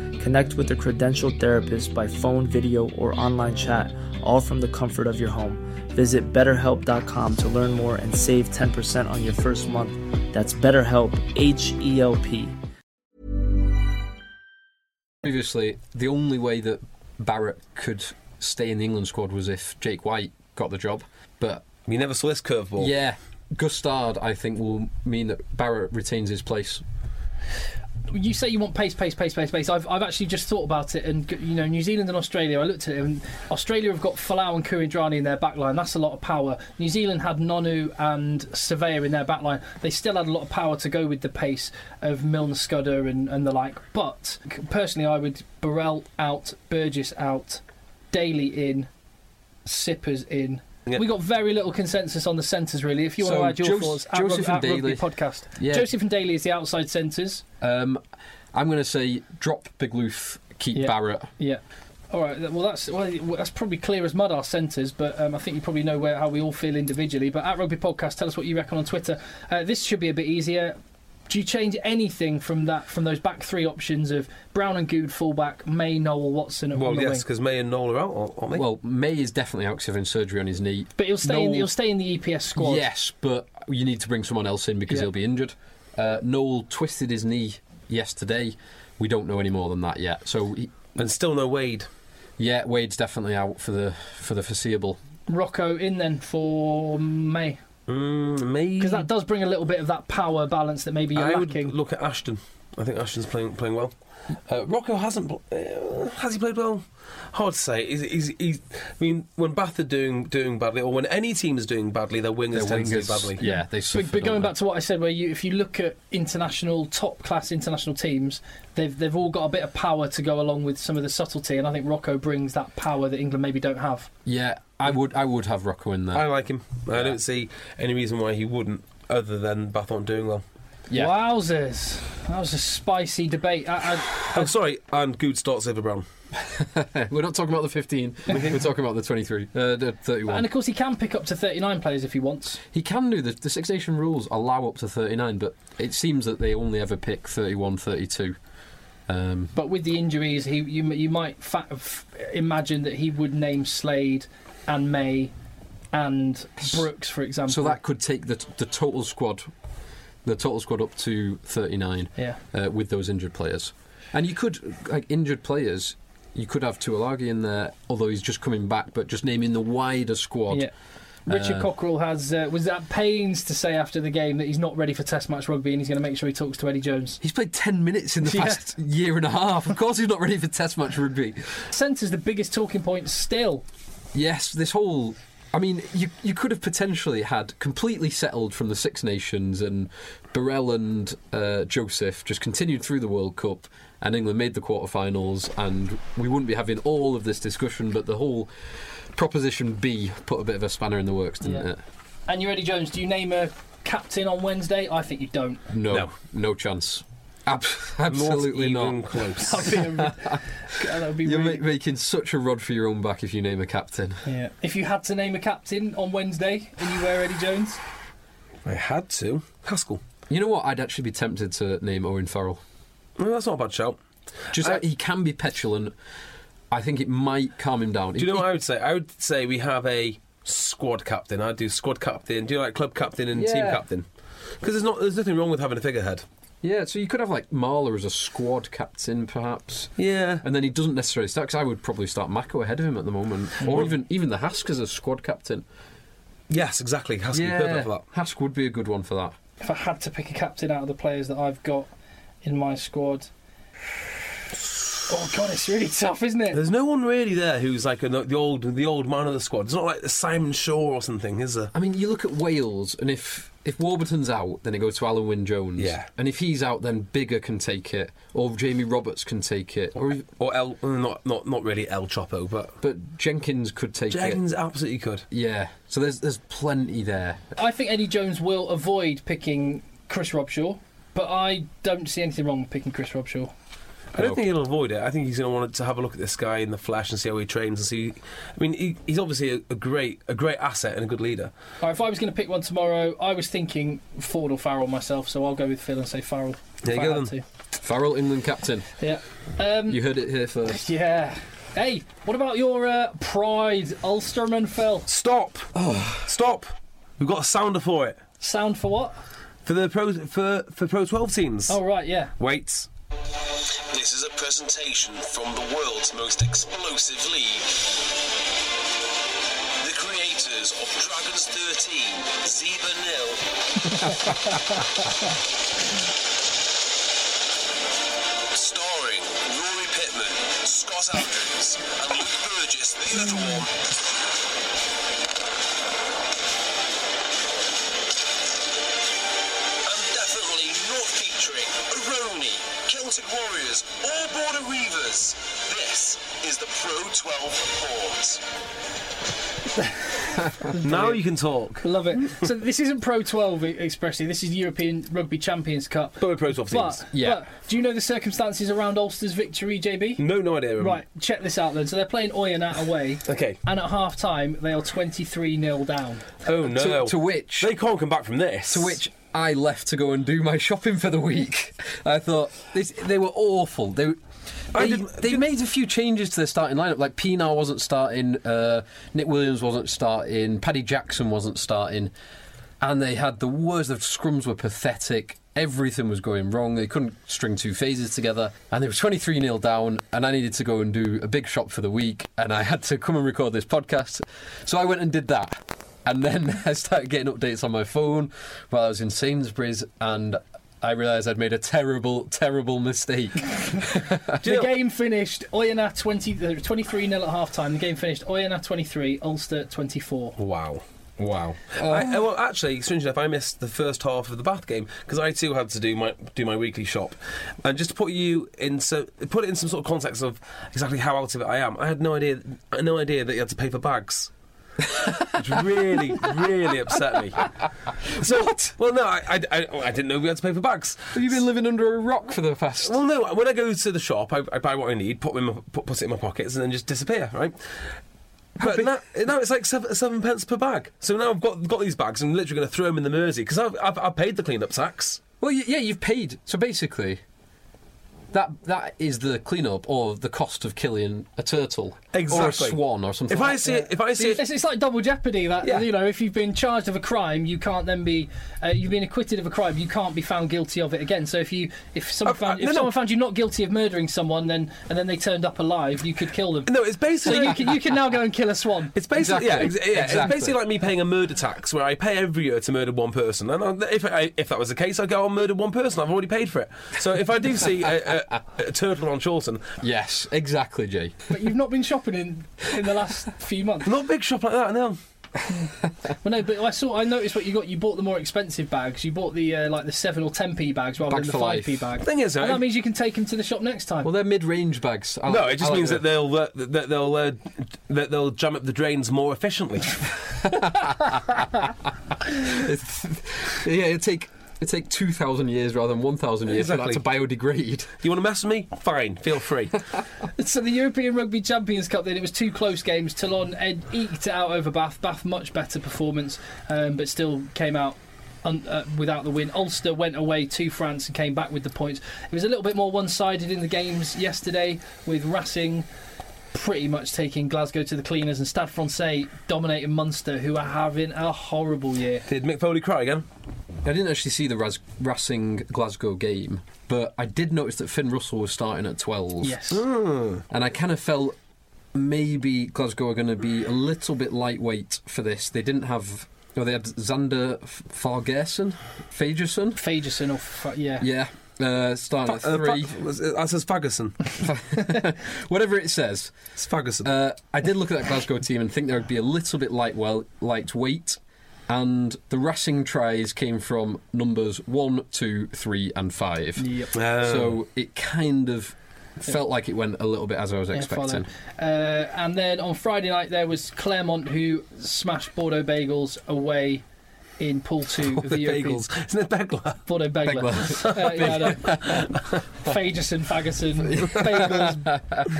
E: Connect with a credentialed therapist by phone, video, or online chat, all from the comfort of your home. Visit betterhelp.com to learn more and save 10% on your first month. That's BetterHelp, H E L P.
B: previously the only way that Barrett could stay in the England squad was if Jake White got the job. But
C: you never saw this curveball.
B: yeah, Gustard I think will mean that Barrett retains his place.
D: you say you want pace, pace, pace, pace, pace. I've, I've actually just thought about it, and you know, New Zealand and Australia. I looked at it, and Australia have got Falau and Kurindrani in their back line. That's a lot of power. New Zealand had Nonu and Surveyor in their back line. They still had a lot of power to go with the pace of Milne Scudder and, and the like. But c- personally, I would Burrell out, Burgess out, Daly in, Sippers in.
C: Yeah.
D: We got very little consensus on the centres, really. If you
B: So,
D: want to add your
B: Jos-
D: thoughts, at
B: Joseph
D: Rug-
B: and
D: at Rugby
B: Daly.
D: podcast.
B: Yeah.
D: Joseph and Daly is the outside centres.
B: Um, I'm going to say drop Bigloof, keep
D: Yeah.
B: Barrett.
D: Yeah. All right. th- Well, that's well, y- that's probably clear as mud. Our centres, but um, I think you probably know where how we all feel individually. But at Rugby Podcast, tell us what you reckon on Twitter. Uh, this should be a bit easier. Do you change anything from that from those back three options of Brown and Good fullback, May, Noel, Watson, and
C: Well,
D: on the
C: yes,
D: wing?
C: because May and Noel are out, aren't aren't they?
B: Well, May is definitely out 'cause he's having surgery on his knee.
D: But he'll stay in
B: Noel-
D: he'll stay in the EPS squad.
B: Yes, but you need to bring someone else in because
D: Yeah.
B: he'll be injured. Uh, Noel twisted his knee yesterday. We don't know any more than that yet. So he,
C: and still no Wade.
B: yeah, Wade's definitely out for the for the foreseeable.
D: Rocco in then for May
C: Mm, maybe.
D: because that does bring a little bit of that power balance that maybe you're
C: I
D: lacking.
C: would look at Ashton. I think Ashton's playing playing well. Uh, Rocco hasn't pl- uh, has he played well? Hard to say. He's, he's, he's, I mean, when Bath are doing doing badly, or when any team is doing badly, their wingers
B: Their
C: tend to do
B: wingers-
C: badly.
B: Yeah, they.
D: But,
B: suffer,
D: but going
B: don't
D: back to what I said, where you, if you look at international top class international teams, they've they've all got a bit of power to go along with some of the subtlety, and I think Rocco brings that power that England maybe don't have.
B: they? yeah, I would. I would have Rocco in there.
C: I like him. I don't see any reason why he wouldn't, other than Bath aren't doing well.
B: yeah,
D: Wowzers, that was a spicy debate. I, I,
C: I'm Oh, sorry, and Good starts over Brown.
B: <laughs> we're not talking about the
D: <laughs>
B: 15. we're talking about the 23, uh, the 31.
D: and of course, he can pick up to thirty nine players if he wants.
B: He can do the, the Six Nation rules allow up to 39, but it seems that they only ever pick 31, 32. Um,
D: But with the injuries, he you you might fa- f- imagine that he would name Slade and May and Brooks, for example.
B: so that could take the the total squad, the total squad up to 39
D: yeah.
B: uh, with those injured players. And you could like injured players. You could have Tuolagi in there, although he's just coming back, but just naming the wider squad
D: Yeah. Richard Cockrell has uh, was at pains to say after the game that he's not ready for Test match rugby and he's going to make sure he talks to Eddie Jones.
B: He's played 10 minutes in the
D: Yeah.
B: past year and a half. Of course, he's not ready for Test match rugby.
D: Centre's the biggest talking point still.
B: Yes, this whole. I mean, you you could have potentially had completely settled from the Six Nations and Burrell and uh, Joseph just continued through the World Cup and England made the quarterfinals and we wouldn't be having all of this discussion. But the whole Proposition B put a bit of a spanner in the works, didn't
D: Yeah.
B: it?
D: And you, Eddie Jones, do you name a captain on Wednesday? I think you don't. <laughs>
B: No, no,
C: No.
B: chance. Ab- absolutely not.
C: not. Even
B: <laughs>
C: close.
D: That'd be a, God, that would be
B: You're
D: really-
B: ma- making such a rod for your own back if you name a captain.
D: yeah. If you had to name a captain on Wednesday and you were Eddie Jones,
C: I had to. Haskell.
B: You know what? I'd actually be tempted to name Owen Farrell.
C: Well, that's not a bad shout.
B: Just
C: I-
B: he can be petulant. I think it might calm him down.
C: Do you know what I would say? I would say we have a squad captain. I'd do squad captain. Do you like club captain and team
B: Yeah.
C: captain? Because there's not there's nothing wrong with having a figurehead.
B: Yeah, so you could have like Marler as a squad captain, perhaps.
C: Yeah.
B: And then he doesn't necessarily start because I would probably start Mako ahead of him at the moment, or even even the Hask as a squad captain.
C: Yes, exactly. Haskell yeah. perfect for that.
B: Hask would be a good one for that.
D: if I had to pick a captain out of the players that I've got in my squad. Oh God, it's really tough, isn't it?
C: There's no one really there who's like a, the old the old man of the squad. It's not like Simon Shaw or something, is there?
B: I mean, you look at Wales, and if if Warburton's out, then it goes to Alan Wynne Jones.
C: Yeah.
B: And if he's out, then Bigger can take it, or Jamie Roberts can take it, or if-
C: Or El, mm, not not not really El Chopo, but
B: but Jenkins could take it.
C: Jenkins absolutely could.
B: Yeah. So there's there's plenty there.
D: I think Eddie Jones will avoid picking Chris Robshaw, but I don't see anything wrong with picking Chris Robshaw.
C: I don't think he'll avoid it. I think he's going to want to have a look at this guy in the flesh and see how he trains and see. I mean, he, he's obviously a, a great a great asset and a good leader.
D: All right, if I was going to pick one tomorrow, I was thinking Ford or Farrell myself, so I'll go with Phil and say Farrell.
C: There
D: if
C: you
D: I
C: go
D: had
C: then.
B: Farrell, England captain.
D: to. Yeah. Um,
B: You heard it here first.
D: yeah. Hey, what about your uh, pride, Ulsterman Phil?
C: Stop! Oh. Stop! We've got a sounder for it
D: Sound for what?
C: for the pro for for Pro 12 teams.
D: Oh right, yeah.
C: Wait.
F: This is a presentation from the world's most explosive league. The creators of Dragons 13, Zeba Nil, starring Rory Pittman, Scott Andrews, and Luke Burgess, the other one. and definitely not featuring Aroni, Celtic Warriors, or Border Reavers. This is the Pro 12 Report.
C: Now you can talk.
D: Love it. so this isn't Pro 12 expressly. E. This is European Rugby Champions Cup.
C: But we're Pro 12 teams.
D: But,
B: Yeah.
D: but do you know the circumstances around Ulster's victory, JB?
C: no, no idea. Ruben.
D: Right, check this out then. So they're playing Oyanat away,
C: Okay.
D: and at half time they are 23 0
C: <laughs>
D: down.
C: Oh
B: To,
C: no.
B: to which
C: They can't come back from this.
B: to which I left to go and do my shopping for the week. I thought this, they were awful. They.
C: I
B: They,
C: didn't-
B: they made a few changes to their starting lineup. Like Pinar wasn't starting, uh, Nick Williams wasn't starting, Paddy Jackson wasn't starting, and they had the worst. The scrums were pathetic. Everything was going wrong. They couldn't string two phases together, and they were twenty three 0 down. And I needed to go and do a big shop for the week, and I had to come and record this podcast. So I went and did that, and then <laughs> I started getting updates on my phone while I was in Sainsbury's, and I realised I'd made a terrible, terrible
C: <laughs>
B: mistake.
D: The game finished Oyanat 20, 23 0 at half time. The game finished Oyanat 23, Ulster 24.
C: Wow. Wow. I, I- well, actually, strange enough, I missed the first half of the Bath game because I too had to do my do my weekly shop, and just to put you in so put it in some sort of context of exactly how out of it I am. I had no idea, I had no idea that you had to pay for bags. <laughs> Which really, really upset me. So, what? Well, no, I, I, I, I didn't know we had to pay for bags.
B: Have you been living under a rock for the past?
C: Well, no. When I go to the shop, I, I buy what I need, put, in my, put, put it in my pockets, and then just disappear. Right. But now, now it's like seven, seven pence per bag. So now I've got got these bags. and I'm literally going to throw them in the Mersey because I've, I've I've paid the clean up tax.
B: Well, y- yeah, you've paid. So basically, that that is the cleanup or the cost of killing a turtle. or a
C: Exactly.
B: swan or something.
C: If I see it, if I see it,
D: It's, it's like double jeopardy that
C: Yeah.
D: you know if you've been charged of a crime you can't then be uh, you've been acquitted of a crime you can't be found guilty of it again so if you if someone
C: Uh,
D: found,
C: uh,
D: if
C: no, no.
D: someone found you not guilty of murdering someone then and then they turned up alive you could kill them
C: no, it's
D: so
C: basically <laughs>
D: you can you can now go and kill a swan
C: It's basically yeah, ex-
B: Exactly.
C: yeah
B: Exactly.
C: it's basically like me paying a murder tax where I pay every year to murder one person. And I, if I, if that was the case, I'd go and murder one person. I've already paid for it. So if I do see a, a, a turtle on Chorlton,
B: yes, exactly, Jay.
D: but you've not been shopping in in the last few months
C: not a big shop like that. No,
D: well no but I saw I noticed what you got you bought the more expensive bags you bought the uh, like the 7 or 10p bags rather
B: Bags
D: than the
B: for life.
D: 5p bag
C: thing is, though,
D: and that means you can take them to the shop next time
B: Well, they're mid-range bags. I like-
C: no, it
B: Oh, I
C: just
B: like
C: means
B: the-
C: that they'll uh, that they'll uh, that they'll jam up the drains more efficiently.
B: <laughs> yeah, it take it take two thousand years rather than one thousand years
C: Exactly.
B: for that to biodegrade.
C: you want to mess with me? Fine, feel free.
D: <laughs> So the European Rugby Champions Cup then it was two close games. Toulon ed- eked it out over Bath. Bath much better performance, um, but still came out. Un- uh, without the win, Ulster went away to France and came back with the points. It was a little bit more one-sided in the games yesterday, with Racing pretty much taking Glasgow to the cleaners and Stade Français dominating Munster, who are having a horrible year.
C: Did Mick Foley cry again?
B: I didn't actually see the Ras- Racing Glasgow game, but I did notice that Finn Russell was starting at twelve.
D: Yes,
B: and I kind of felt maybe Glasgow are going to be a little bit lightweight for this. They didn't have. Well, they had Xander F- Fargerson, Fagerson.
D: Fagerson or Fa- yeah.
B: Yeah, uh, starting at
C: Uh,
B: three.
C: Fa- that says Fagerson.
B: Whatever it says.
C: It's Fagerson.
B: Uh, I did look at that Glasgow team and think there would be a little bit light well, lightweight. And the racing tries came from numbers one, two, three, and five.
D: Yep.
C: Oh.
D: Um,
B: So it kind of felt like it went a little bit as I was
D: Yeah,
B: expecting.
D: follow. Uh, and then on Friday night there was Claremont who smashed Bordeaux Bagels away in pool two of
C: the
D: the European
C: bagels. <laughs> Isn't it Begler?
D: Bordeaux Bagler. <laughs> uh, yeah, I know. Fagerson, Fagerson, Bagels,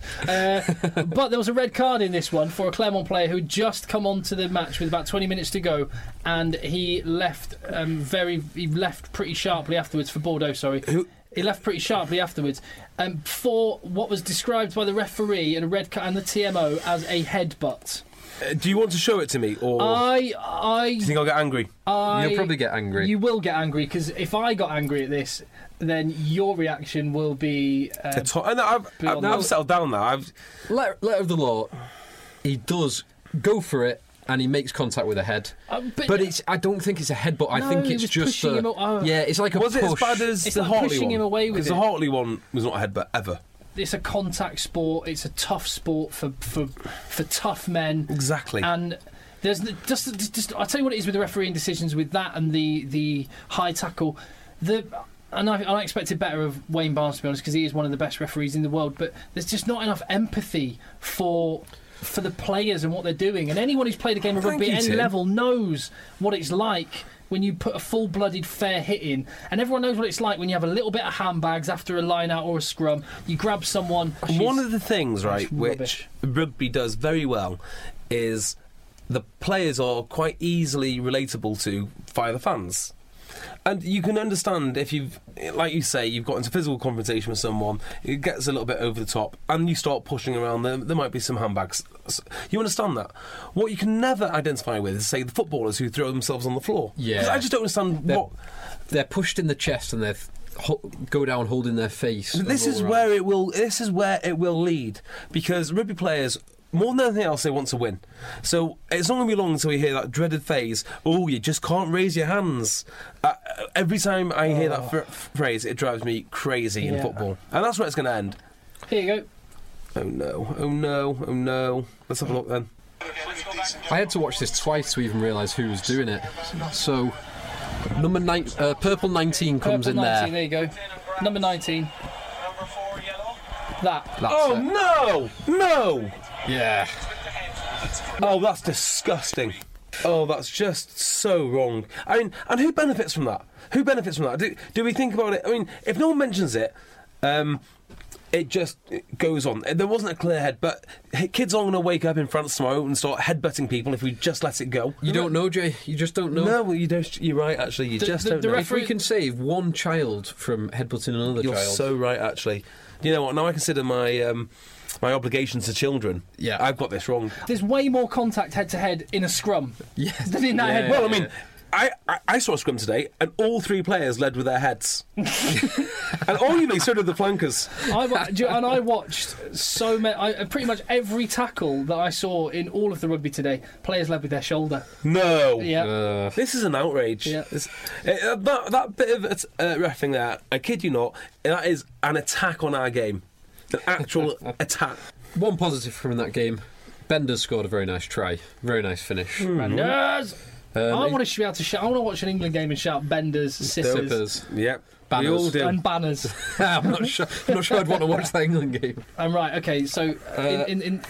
D: Beglers. Uh, but there was a red card in this one for a Clermont player who had just come onto the match with about 20 minutes to go, and he left um, very he left pretty sharply afterwards for Bordeaux. Sorry. He left pretty sharply afterwards, um, for what was described by the referee and a red card and the TMO as a headbutt.
C: Uh, do you want to show it to me, or
D: I,
C: do you
D: I,
C: think I'll get angry?
D: I.
B: You'll probably get angry.
D: You will get angry because if I got angry at this, then your reaction will be. Uh,
C: A to- I know, I've, I've,
D: on
C: now
D: the-
C: I've settled down now. I've,
B: letter, letter of the law, he does go for it and he makes contact with a head.
D: Uh, but-
B: but it's I don't think it's a headbutt. I
D: No,
B: think
D: he
B: it's
D: was
B: just
D: pushing
B: a,
D: him o- oh.
B: yeah. It's like a
C: was
B: push.
C: it as bad as
D: It's
C: the
D: like
C: Hartley
D: pushing
C: one?
D: him away with
C: 'Cause
D: it.
C: the Hartley one was not a headbutt ever.
D: it's a contact sport. It's a tough sport for for for tough men.
C: Exactly.
D: And there's n- just, just, just I'll tell you what it is with the refereeing decisions with that and the the high tackle. The and I, I expected better of Wayne Barnes to be honest because he is one of the best referees in the world. But there's just not enough empathy for. For the players and what they're doing, and anyone who's played a game of
C: Thank
D: rugby
C: you,
D: at any
C: Tim.
D: level knows what it's like when you put a full-blooded fair hit in, and everyone knows what it's like when you have a little bit of handbags after a line-out or a scrum. You grab someone.
C: one
D: she's-
C: of the things, right,
D: it's
C: which
D: rubbish.
C: rugby does very well is the players are quite easily relatable to via the fans. And you can understand if you've, like you say, you've got into physical confrontation with someone, it gets a little bit over the top, and you start pushing around, there, there might be some handbags. S- You understand that. What you can never identify with is, say, the footballers who throw themselves on the floor. 'Cause
B: Yeah.
C: I just don't understand
B: They're-
C: what.
B: They're pushed in the chest and they ho- go down holding their face. and
C: This
B: roll
C: is
B: around.
C: where it will. This is where it will lead because rugby players. More than anything else, they want to win. So it's not going to be long until we hear that dreaded phase. Oh, you just can't raise your hands. Uh, every time I hear that fr- phrase, it drives me crazy in
D: Yeah.
C: football, and that's where it's going to end.
D: Here you go.
C: Oh no! Oh no! Oh no! Let's have a look then.
B: I had to watch this twice to even realise who was doing it. So. Number nine, uh, purple nineteen comes
D: Purple
B: in
D: 19,
B: there.
D: there. you go. Number 19. That.
B: That's
C: Oh
B: it.
C: no! No!
B: Yeah,
C: Oh, that's disgusting. Oh, that's just so wrong. I mean, and who benefits from that? Who benefits from that? Do, do we think about it? I mean, if no one mentions it, um, it just it goes on. There wasn't a clear head, but h- kids aren't going to wake up in France tomorrow and start headbutting people if we just let it go.
B: you don't know, Jay. You just don't know.
C: No, well, you don't, you're right, actually. You
D: The-
C: just
D: the-
C: don't
D: the
C: know.
D: ref-
B: If we can save one child from headbutting another
C: You're
B: child,
C: so right, actually. You know what? Now I consider my um, my obligations to children.
B: Yeah.
C: I've got this wrong.
D: There's way more contact head to head in a scrum
B: Yes.
D: <laughs> than in that
B: Yeah,
D: head.
B: yeah,
C: Well, I mean, I, I, I saw a scrum today, and all three players led with their
D: <laughs>
C: heads, and only so did the flankers.
D: I wa- do you- and I watched so many, I, pretty much every tackle that I saw in all of the rugby today. Players led with their shoulder.
C: No, Uh,
D: Yeah,
C: This is an outrage.
D: Yeah.
C: This- uh, that, that bit of uh, refing there, I kid you not, that is an attack on our game. An
D: <laughs>
C: actual attack.
B: One positive from that game. Bender scored a very nice try, very nice finish.
D: Hmm. Yes! uh, I
B: Um,
D: want to be able to shout. I want to watch an England game and shout benders, scissors,
B: Dippers.
C: Yep.
B: Banners.
C: We all do.
B: <laughs>
D: and banners.
B: <laughs> I'm not sure. I'm not sure I'd want to watch that England game.
D: I'm right. Okay, so uh, in, in in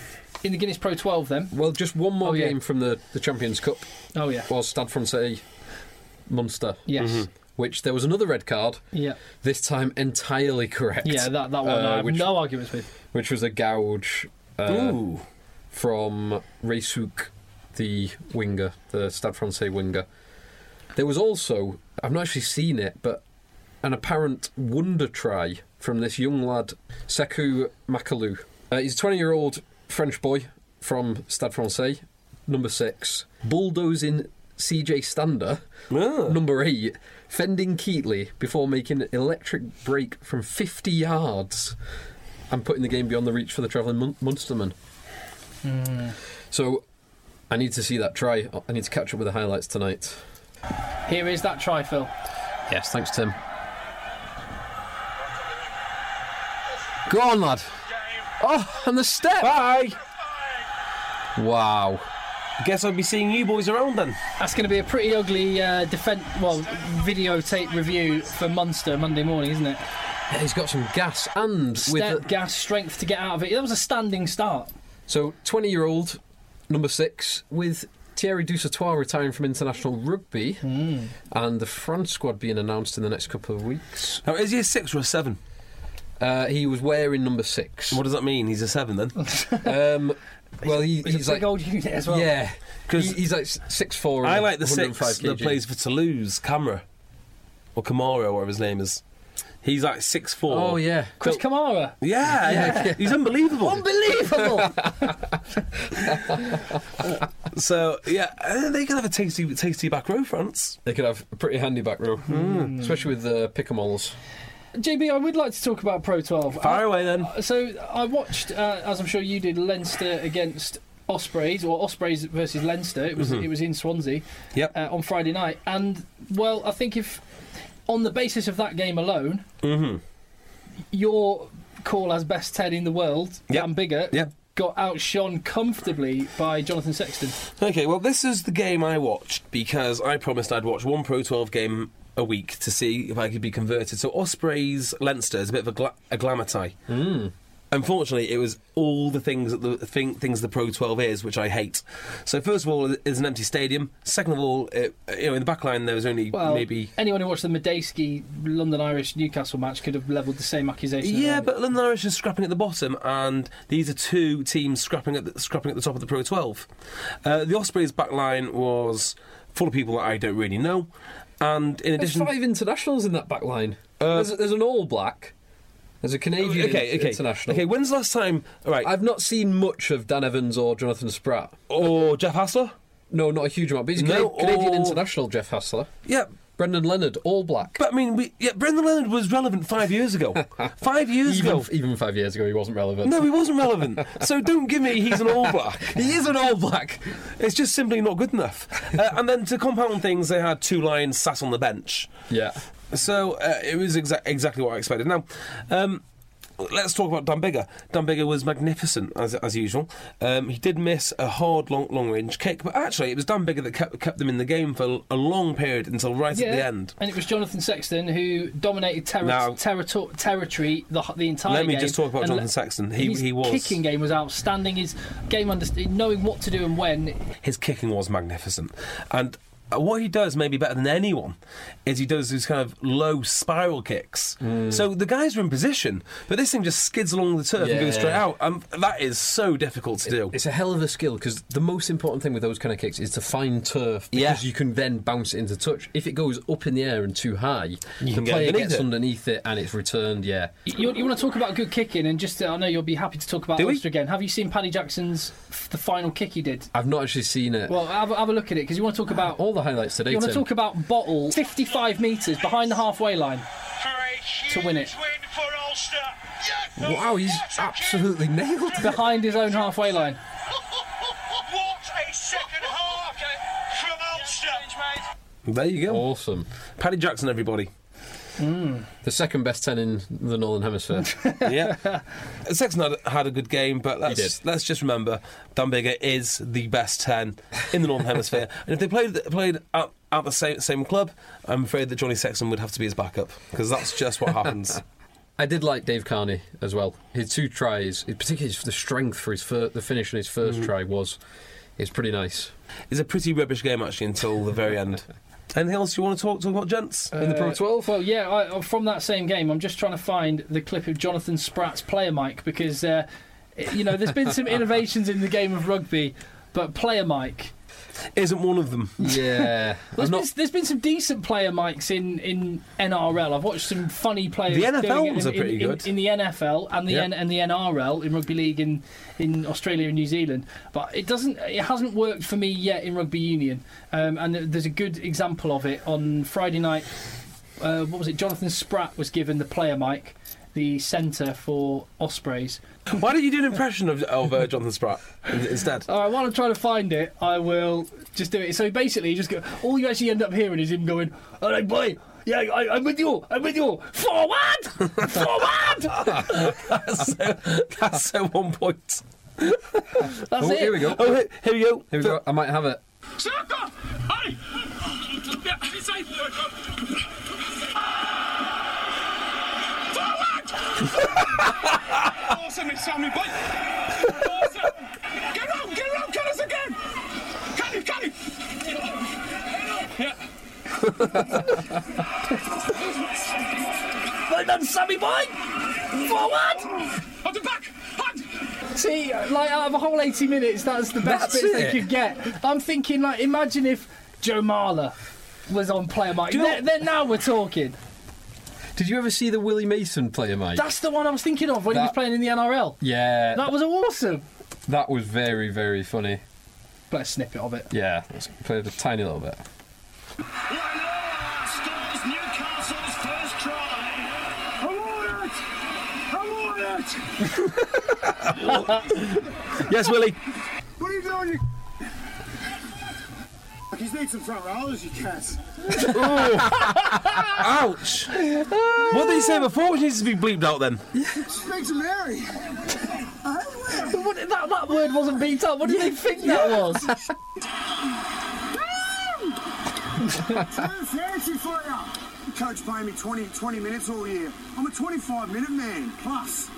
D: in the Guinness Pro 12 then.
B: Well, just one more
D: Oh, yeah.
B: game from the, the Champions Cup
D: Oh yeah.
B: was Stade Francais Munster,
D: Yes.
B: which there was another red card.
D: Yeah.
B: This time entirely correct.
D: Yeah, that, that one
B: Uh,
D: I have
B: which,
D: no arguments with.
B: which was a gouge uh,
C: Ooh.
B: from Reisuk, the winger, the Stade Francais winger. There was also I've not actually seen it, but an apparent wonder try from this young lad Sekou Makalou. Uh, he's a 20-year-old French boy from Stade Francais, number six, bulldozing CJ Stander, number eight, fending Keatley before making an electric break from 50 yards and putting the game beyond the reach for the travelling mun- Munsterman. So I need to see that try. I need to catch up with the highlights tonight.
D: Here is that try, Phil.
B: Yes, thanks, Tim. Go on, lad. Oh, and the step.
C: Bye.
B: Wow.
C: Guess I'll be seeing you boys around then.
D: That's going to be a pretty ugly uh, defense, well, videotape review for Munster Monday morning, isn't it?
B: Yeah, he's got some gas and
D: Step,
B: with the,
D: gas, strength to get out of it. That was a standing start.
B: so twenty-year-old number six with Thierry Dusatois retiring from international rugby and the France squad being announced in the next couple of weeks.
C: Now, is he a six or a seven?
B: Uh, he was wearing number six.
C: What does that mean? He's a seven
D: <laughs>
C: then?
B: Um, well, he,
D: It's
B: he's
D: a
B: like
D: big old <laughs> unit as well.
B: yeah,
C: 'Cause
B: he, he's like six four.
C: I like the six that plays for Toulouse, Camera. Or Camaro, whatever his name is. He's like six four.
B: Oh yeah,
D: Chris Kamara.
C: Yeah, yeah. he's unbelievable.
D: Unbelievable!
C: So yeah, uh, they can have a tasty, tasty back row, France.
B: They could have a pretty handy back row,
C: Hmm.
B: especially with the pickamoles.
D: JB, I would like to talk about Pro 12.
C: Fire away then.
D: So I watched, uh, as I'm sure you did, Leinster against Ospreys, or Ospreys versus Leinster. It
C: Mm-hmm.
D: was it was in Swansea
C: Yep.
D: uh, on Friday night, and well, I think if on the basis of that game alone,
C: Mm-hmm.
D: your call as best ten in the world,
C: Yep.
D: Dan Bigger,
C: Yep.
D: got outshone comfortably by Jonathan Sexton.
C: Okay, well, this is the game I watched because I promised I'd watch one Pro 12 game a week to see if I could be converted. So Ospreys Leinster is a bit of a, gla- a glamour tie. Unfortunately, it was all the things that the thing, things the Pro 12 is, which I hate. So first of all, it's an empty stadium. Second of all, it, you know, in the back line there was only
D: Well,
C: maybe.
D: anyone who watched the Medeski London Irish Newcastle match could have levelled the same accusation.
C: Yeah, but London Irish is scrapping at the bottom, and these are two teams scrapping at the, scrapping at the top of the Pro 12. Uh, the Ospreys' back line was full of people that I don't really know, and in
B: There's
C: addition,
B: five internationals in that back line. there's, there's an All Black. There's a Canadian
C: Uh, okay, okay,
B: international.
C: okay. When's the last time? All right,
B: I've not seen much of Dan Evans or Jonathan Spratt.
C: or Jeff Hassler?
B: No, not a huge amount. But he's a
C: No,
B: Cana- Canadian
C: or-
B: international. Jeff Hassler,
C: Yeah.
B: Brendan Leonard, All Black.
C: But I mean, we, yeah, Brendan Leonard was relevant five
B: <laughs>
C: years ago. five years
B: even,
C: ago.
B: even five years ago, he wasn't relevant.
C: No, he wasn't relevant. so don't give me he's an all
B: <laughs>
C: black.
B: he is an All Black.
C: It's just simply not good enough. Uh, and then to compound things, they had two lions sat on the bench.
B: Yeah.
C: So uh, it was exa- exactly what I expected. Now, um, let's talk about Dumbigger. Dumbigger was magnificent as, as usual. Um, he did miss a hard long long range kick, but actually it was Dumbigger that kept, kept them in the game for a long period until right at the end.
D: And it was Jonathan Sexton who dominated terri-
C: Now-
D: territo- territory the, h- the entire
C: Let me
D: game.
C: just talk about
D: And
C: Jonathan Sexton. He-
D: his
C: he was-
D: kicking game was outstanding. His game understanding, knowing what to do and when.
C: His kicking was magnificent, and uh, what he does maybe better than anyone is he does these kind of low spiral kicks. So the guys are in position, but this thing just skids along the turf and
B: Yeah.
C: goes straight out. Um, that is so difficult to do.
B: It's a hell of a skill because the most important thing with those kind of kicks is to find turf because
C: Yeah.
B: you can then bounce it into touch. If it goes up in the air and too high, the
C: can get
B: player
C: underneath
B: gets
C: it.
B: underneath it and it's returned. Yeah,
D: You, you want to talk about good kicking, and just uh, I know you'll be happy to talk about
C: Do we?
D: Ulster again. Have you seen Paddy Jackson's f- the final kick he did?
B: I've not actually seen it.
D: Well, have, a- have a look at it because you want to talk about
B: All the highlights today.
D: you want to
B: Tim.
D: talk about Bottle, 55 metres behind the halfway line.
G: to win it. For Ulster.
B: Wow, he's absolutely nailed it.
D: behind his own halfway line.
G: What a second half from Ulster.
C: There you go.
B: Awesome.
C: Oh. Paddy Jackson, everybody.
B: The second best ten in the Northern
C: <laughs>
B: Hemisphere.
C: <laughs> yeah. Sexton had, had a good game, but let's,
B: did.
C: let's just remember Dunbigger is the best 10 in the Northern <laughs> Hemisphere. And if they played played at, at the same, same club, I'm afraid that Johnny Sexton would have to be his backup because that's just what <laughs> happens.
B: I did like Dave Carney as well. His two tries, particularly the strength for his fir- the finish in his 1st
C: Mm-hmm.
B: try was, is pretty nice.
C: It's a pretty rubbish game, actually, until the very end. Anything else you want to talk, talk about, gents?
B: In the Pro 12,
D: Well, yeah, I, uh, from that same game, I'm just trying to find the clip of Jonathan Spratt's player mic because, uh, you know, there's been some innovations in the game of rugby, but player mic.
C: Isn't one
B: <laughs>
C: of them.
B: yeah,
D: There's,
B: I'm not-
D: been, there's been some decent player mics in, in NRL. I've watched some funny players.
C: The NFL
D: doing it
C: ones
D: in-
C: are pretty
D: in- in-
C: good.
D: in, the NFL and the
C: Yeah.
D: N, and the NRL in rugby league in, in Australia and New Zealand. But it doesn't. It hasn't worked for me yet in rugby union. Um, and th- there's a good example of it on Friday night. Uh, what was it? Jonathan Spratt was given the player mic, the centre for Ospreys.
C: Why don't you do an impression of, of uh, Jonathan Spratt in- instead?
B: Oh,
D: All right, while I'm trying to find it, I will just do it. So basically, you just go. All you actually end up hearing is him going, "All right, boy, yeah, I, I'm with you, I'm with you, forward,
B: <laughs>
D: forward."
C: That's so, <laughs> that's so one point.
D: That's
B: Oh,
D: it.
B: here we go.
C: Oh, here, here we go.
B: Here we go. I might have it.
G: Awesome, it's Sammy Blake. Awesome. Get up, get up, get us again. Can you, can you? Yeah.
D: Well done, Sammy boy. Forward.
G: Up the back. Hand.
D: See, like out of a whole 80 minutes, that's the best
C: That's
D: bits
C: it.
D: they could get. I'm thinking, like, imagine if Joe Marler was on player mic.
C: you know-
D: Then, then now we're talking.
B: Did you ever see the Willie Mason player, Mike?
D: That's the one I was thinking of when he was
B: That-
D: playing in the NRL.
B: yeah,
D: That was awesome.
B: that was very, very funny.
D: But a snippet of it.
B: Yeah, let's play it a tiny little bit.
G: Lanoa scores Newcastle's first try. I'm on it. I'm on it.
C: Yes, Willie.
G: What are you doing? You... Look, he's need some front rollers, you cats.
C: Ouch! what did he say before? Which needs to be bleeped out then.
G: Speak to Mary.
D: What, that, that word wasn't beat up. What did they think that was?
G: Too fancy for you. Coach paying me 20, 20 minutes all year. I'm a 25 minute man, plus.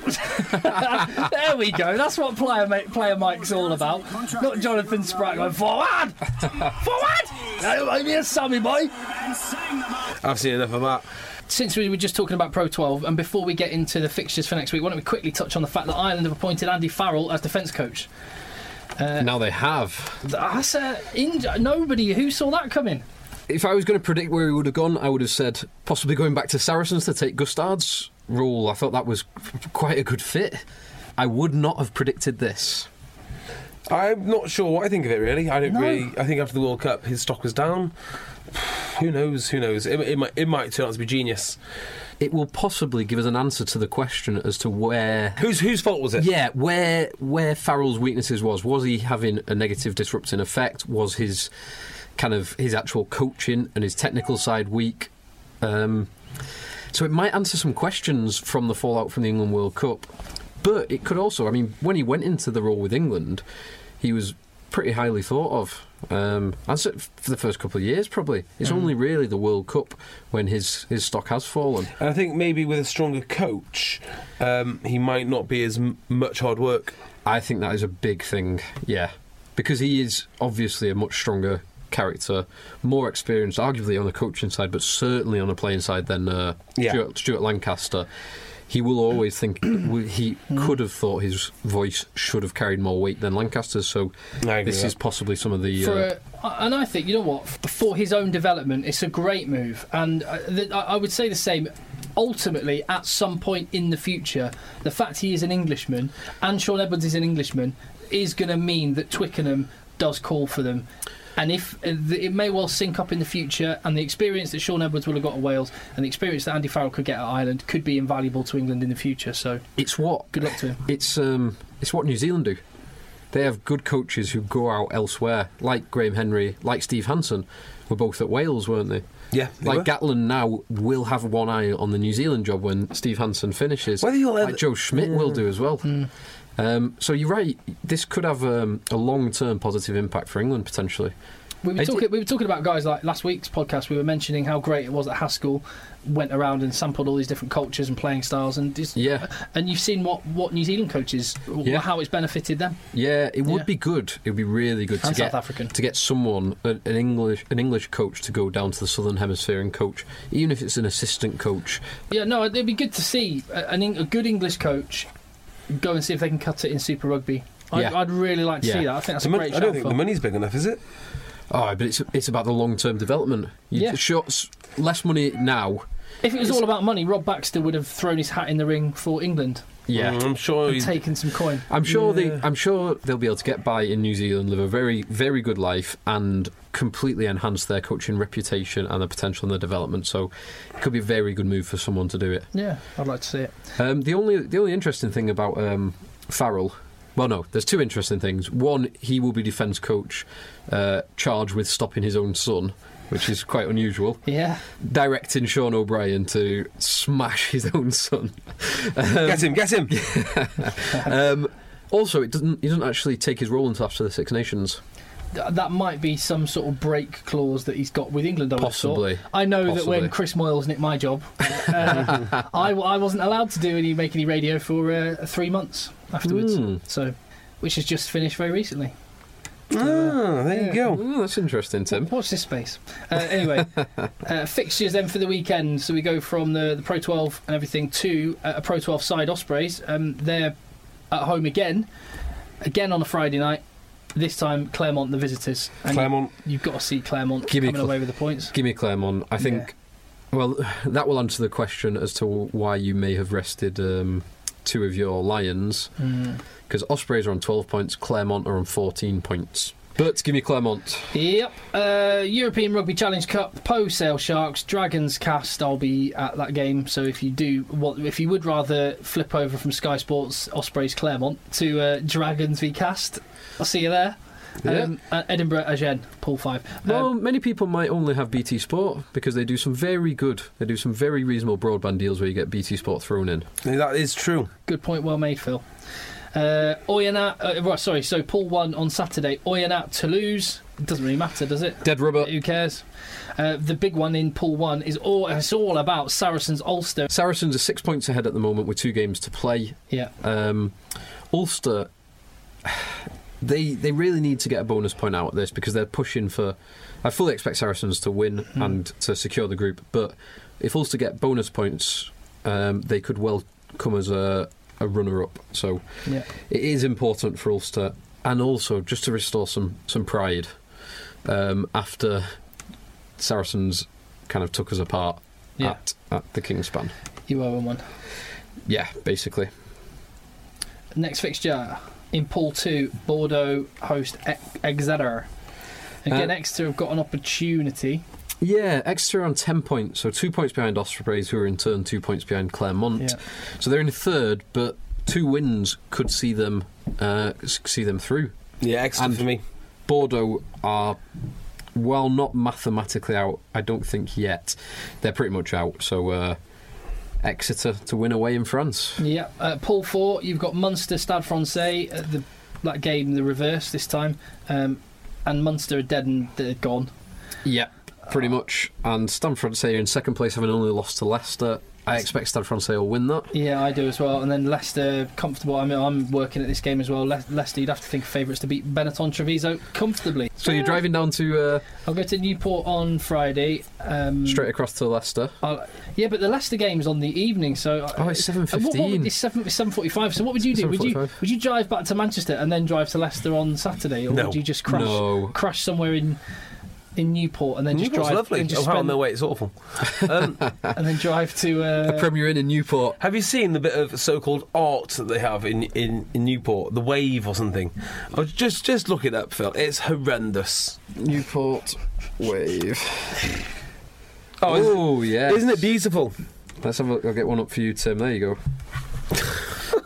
D: there we go. That's what player ma- player Mike's all about. Not Jonathan Spratt going forward, forward. Hey, I'm here, Sammy boy.
C: I've seen enough of that.
D: Since we were just talking about Pro 12, and before we get into the fixtures for next week, why don't we quickly touch on the fact that Ireland have appointed Andy Farrell as defence coach?
B: Uh, now they have.
D: That's a inj- nobody who saw that coming.
B: If I was going to predict where he would have gone, I would have said possibly going back to Saracens to take Gustard's role. I thought that was quite a good fit. I would not have predicted this.
C: I'm not sure what I think of it really. I don't really. I think after the World Cup, his stock was down. <sighs> who knows? Who knows? It, it might. It might turn out to be genius.
B: It will possibly give us an answer to the question as to where
C: Whose whose fault was it?
B: Yeah, where where Farrell's weaknesses was was he having a negative disrupting effect? Was his kind of his actual coaching and his technical side weak? Um, so it might answer some questions from the fallout from the England World Cup, but it could also, I mean, when he went into the role with England, he was pretty highly thought of. Um, as it- for the first couple of years, probably it's
C: Hmm.
B: only really the World Cup when his his stock has fallen.
C: And I think maybe with a stronger coach, um, he might not be as m- much hard work.
B: I think that is a big thing, yeah. Because he is obviously a much stronger character, more experienced, arguably on the coaching side, but certainly on the playing side than uh,
C: Yeah.
B: Stuart, Stuart Lancaster. He will always think <clears throat> he could have thought his voice should have carried more weight than Lancaster's. So
C: I agree
B: this
C: with
B: is
C: that.
B: possibly some of the.
D: For
B: uh,
D: a, and I think you know what for his own development, it's a great move, and I, th- I I would say the same. Ultimately, at some point in the future, the fact he is an Englishman and Sean Edwards is an Englishman is going to mean that Twickenham does call for them. And if uh, th- it may well sync up in the future, and the experience that Sean Edwards will have got at Wales and the experience that Andy Farrell could get at Ireland could be invaluable to England in the future. So,
B: it's what
D: Good luck to him.
B: It's um, it's what New Zealand do. They have good coaches who go out elsewhere, like Graham Henry, like Steve Hansen, were both at Wales, weren't they?
C: Yeah, they
B: like
C: were.
B: Gatlin now will have one eye on the New Zealand job when Steve Hansen finishes.
C: Whether you'll
B: like
C: ever-
B: Joe Schmidt will do as well.
D: Hmm.
B: Um, so you're right. This could have um, a long-term positive impact for England potentially.
D: We were,
B: I did-
D: talking, we were talking about guys like last week's podcast. We were mentioning how great it was that Haskell went around and sampled all these different cultures and playing styles, and just, uh,
B: Yeah.
D: And you've seen what, what New Zealand coaches
B: Yeah.
D: how it's benefited them.
B: Yeah, it would
D: Yeah.
B: be good. It would be really good
D: And
B: to get
D: South African.
B: to get someone a- an English an English coach to go down to the Southern Hemisphere and coach, even if it's an assistant coach.
D: Yeah, no, it'd be good to see a- an, Eng- a good English coach go and see if they can cut it in Super Rugby. I'd,
B: Yeah.
D: I'd really like to see
B: Yeah.
D: that. I think that's
C: The
D: a
C: mon-
D: great
C: I
D: shout
C: don't think
D: for.
C: the money's big enough, is it?
B: Oh, but it's it's about the long term development. You
D: Yeah.
B: short, s- less money now.
D: If it was all about money, Rob Baxter would have thrown his hat in the ring for England
B: Yeah.
C: Mm, I'm sure.
D: and
C: you-
D: taken some coin.
B: I'm sure they. I'm sure they'll be able to get by in New Zealand, live a very, very good life, and completely enhance their coaching reputation and their potential and their development. So, it could be a very good move for someone to do it.
D: Yeah, I'd like to see it.
B: Um, the only the only interesting thing about um, Farrell, well, no, there's two interesting things. One, he will be defence coach, uh, charged with stopping his own son, which is quite unusual.
D: Yeah.
B: Directing Sean O'Brien to smash his <laughs> own son.
C: <laughs> get him, get him.
B: Um, also, it doesn't he doesn't actually take his role until after the Six Nations.
D: Th- that might be some sort of break clause that he's got with England. I would have thought.
B: Possibly.
D: I know
B: Possibly.
D: that when Chris Moyles nicked my job, <laughs> uh, I, w- I wasn't allowed to do any make any radio for uh, three months afterwards.
B: Hmm.
D: So, which has just finished very recently.
C: Ah, there you go.
B: Oh, that's interesting, Tim.
D: Watch this space.
B: <laughs>
D: Uh, anyway, uh, fixtures then for the weekend. So we go from the, the Pro 12 and everything to uh, a Pro 12 side Ospreys. Um, they're at home again, again on a Friday night. This time Claremont the visitors. And
C: Claremont.
D: You've got to see Claremont
B: Give me
D: coming
B: Cl-
D: away with the points.
B: Give me Claremont. I think. Well, <sighs> that will answer the question as to why you may have rested um, two of your lions. because Ospreys are on 12 points, Claremont are on 14 points. But give me Claremont.
D: Yep. Uh, European Rugby Challenge Cup, Po Sale Sharks, Dragons Cast. I'll be at that game. So if you do, what if you would rather flip over from Sky Sports Ospreys Claremont to uh, Dragons v Cast, I'll see you there. Um, uh, Edinburgh Agen, Pool Five. Um,
B: Well, many people might only have BT Sport because they do some very good, they do some very reasonable broadband deals where you get BT Sport thrown in.
C: Yeah, That is true.
D: Good point, well made, Phil. Uh, Oyonnax, uh, right, sorry. So Pool One on Saturday. Oyonnax Toulouse. It doesn't really matter, does it?
B: Dead rubber.
D: Who cares? Uh, the big one in Pool One is all. It's all about Saracens Ulster.
B: Saracens are six points ahead at the moment with two games to play.
D: Yeah.
B: Um, Ulster, they they really need to get a bonus point out of this because they're pushing for. I fully expect Saracens to win
D: Hmm.
B: and to secure the group, but if Ulster get bonus points, um, they could well come as a, a runner up. So
D: Yeah.
B: it is important for Ulster, and also just to restore some some pride um, after Saracens kind of took us apart
D: Yeah.
B: at, at the Kingspan.
D: You owe him one.
B: Yeah, basically.
D: Next fixture in Pool 2, Bordeaux host Ex- Exeter. Again,
B: Uh,
D: Exeter have got an opportunity.
B: Yeah, Exeter are on 10 points, so two points behind Ospreys, who are in turn two points behind Claremont.
D: Yeah.
B: So they're in third, but two wins could see them uh, s- see them through.
C: Yeah, excellent
B: And-
C: for me.
B: Bordeaux are, while not mathematically out, I don't think yet, they're pretty much out. So uh, Exeter to win away in France.
D: Yeah, uh, Pool 4, you've got Munster, Stade Francais. Uh, the, that game, the reverse this time. Um, and Munster are dead and they're gone.
B: Yeah, pretty much. And Stamford say in second place, having only lost to Leicester. I expect Stade Francais will win that.
D: Yeah, I do as well. And then Leicester comfortable. I mean, I'm working at this game as well. Le- Leicester, you'd have to think of favourites to beat Benetton Treviso comfortably.
B: So you're driving down to uh,
D: I'll go to Newport on Friday. Um,
B: straight across to Leicester.
D: I'll, yeah, but the Leicester game's on the evening, so
B: Oh, it's
D: Uh, what- what would-
B: 7:15.
D: It's seven seven forty five. So what would you do? Would you
B: 7:45.
D: would you drive back to Manchester and then drive to Leicester on Saturday, or
C: No.
D: would you just crash
B: No.
D: crash somewhere in in Newport and then just
C: Newport's
D: drive
C: lovely.
D: and just
C: oh, hang on,
D: spend-
C: no, wait, it's awful.
D: <laughs>
C: Um,
D: and then drive to
B: A
D: uh,
B: Premier Inn in Newport.
C: have you seen the bit of so-called art that they have in, in, in Newport, the wave or something? Oh, just just look it up, Phil. It's horrendous.
B: Newport Wave.
C: Oh, isn't,
B: Oh yeah,
C: isn't it beautiful?
B: Let's have a look. I'll get one up for you, Tim. There you go.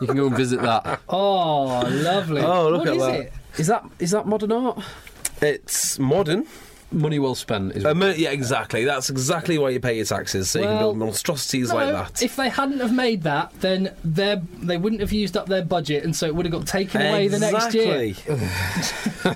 B: you can go and visit that.
D: oh lovely
C: Oh, look
D: What
C: at
D: is
C: that.
D: it?
B: Is that is that modern art?
C: It's modern.
B: Money well spent. Is
C: A mo- yeah, exactly. That's exactly why you pay your taxes, so you can
D: Well,
C: build monstrosities like
D: No,
C: that.
D: If they hadn't have made that, then their they wouldn't have used up their budget, and so it would have got taken away the next year.
C: Exactly.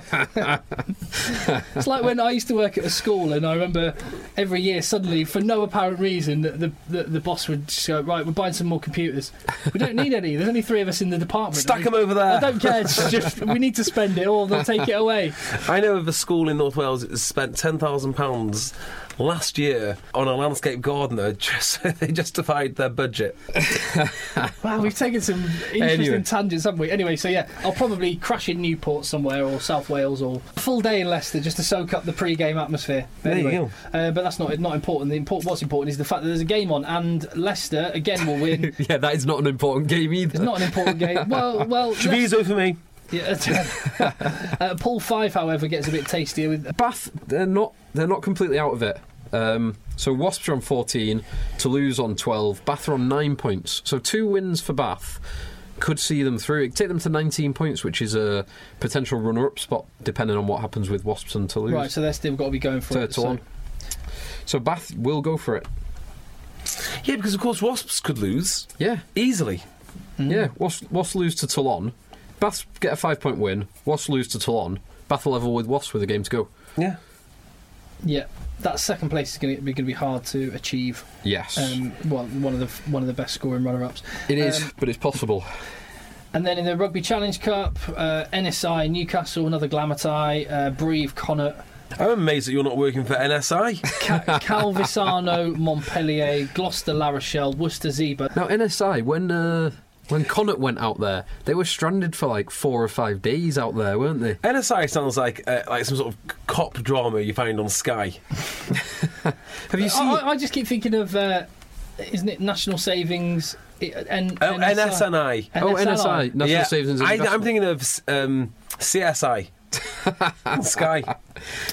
D: It's like when I used to work at a school, and I remember every year suddenly, for no apparent reason, the the, the, the boss would just go, "Right, we're buying some more computers. We don't need any. There's only three of us in the department.
C: Stack
D: I
C: 'em over there."
D: I don't care. It's just we need to spend it, or they'll take it away.
C: <laughs> I know of a school in North Wales that spent ten thousand pounds last year on a landscape gardener <laughs> just they justified their budget.
D: Wow, we've taken some interesting
B: Anyway.
D: tangents, haven't we? Anyway, so yeah, I'll probably crash in Newport somewhere or South Wales or a full day in Leicester just to soak up the pre-game atmosphere.
C: There you
D: Anyway, Uh, but that's not not important. The important what's important is the fact that there's a game on and Leicester again will
C: <laughs>
D: win.
B: <laughs> yeah, that is not an important game either.
D: It's not an important
B: <laughs>
D: game. Well, well,
C: Treviso for me.
D: Leicester- yeah. <laughs> uh, Paul Five, however, gets a bit tastier with
B: Bath, they're not they're not completely out of it. Um, so Wasps are on 14, Toulouse on 12, Bath are on nine points. So two wins for Bath could see them through. It could take them to 19 points, which is a potential runner-up spot, depending on what happens with Wasps and Toulouse.
D: right. So they're still got to be going for
B: Third
D: it.
B: to
D: so-
B: one. So Bath will go for it.
C: Yeah, because of course wasps could lose
B: Yeah,
C: easily.
D: Mm-hmm.
B: yeah. Wasps, Wasps lose to Toulon. Bath get a five-point win. Wasps lose to Toulon. Bath will level with Wasps with a game to go.
C: Yeah.
D: Yeah, that second place is going to be going to be hard to achieve.
B: Yes,
D: Um, well, one of the one of the best scoring runner-ups.
B: it is,
D: um,
B: but it's possible.
D: And then in the Rugby Challenge Cup, uh, NSI, Newcastle, another glamour tie, uh,
B: <laughs>
D: Breve, Connacht,
C: I'm amazed that you're not working for NSI.
D: Ca- Calvisano, Montpellier, Gloucester, La Rochelle, Worcester, Zebra.
B: Now NSI when uh, when Connacht went out there, they were stranded for like four or five days out there, weren't they?
C: NSI sounds like uh, like some sort of cop drama you find on Sky.
B: Have you seen?
D: I, I- I just keep thinking of, uh, isn't it National Savings? i- and
C: Oh, NSNI.
B: oh NSI National
C: yeah,
B: Savings. And
C: I,
B: Investment.
C: I'm thinking of um,
B: <laughs>
C: CSI. Sky.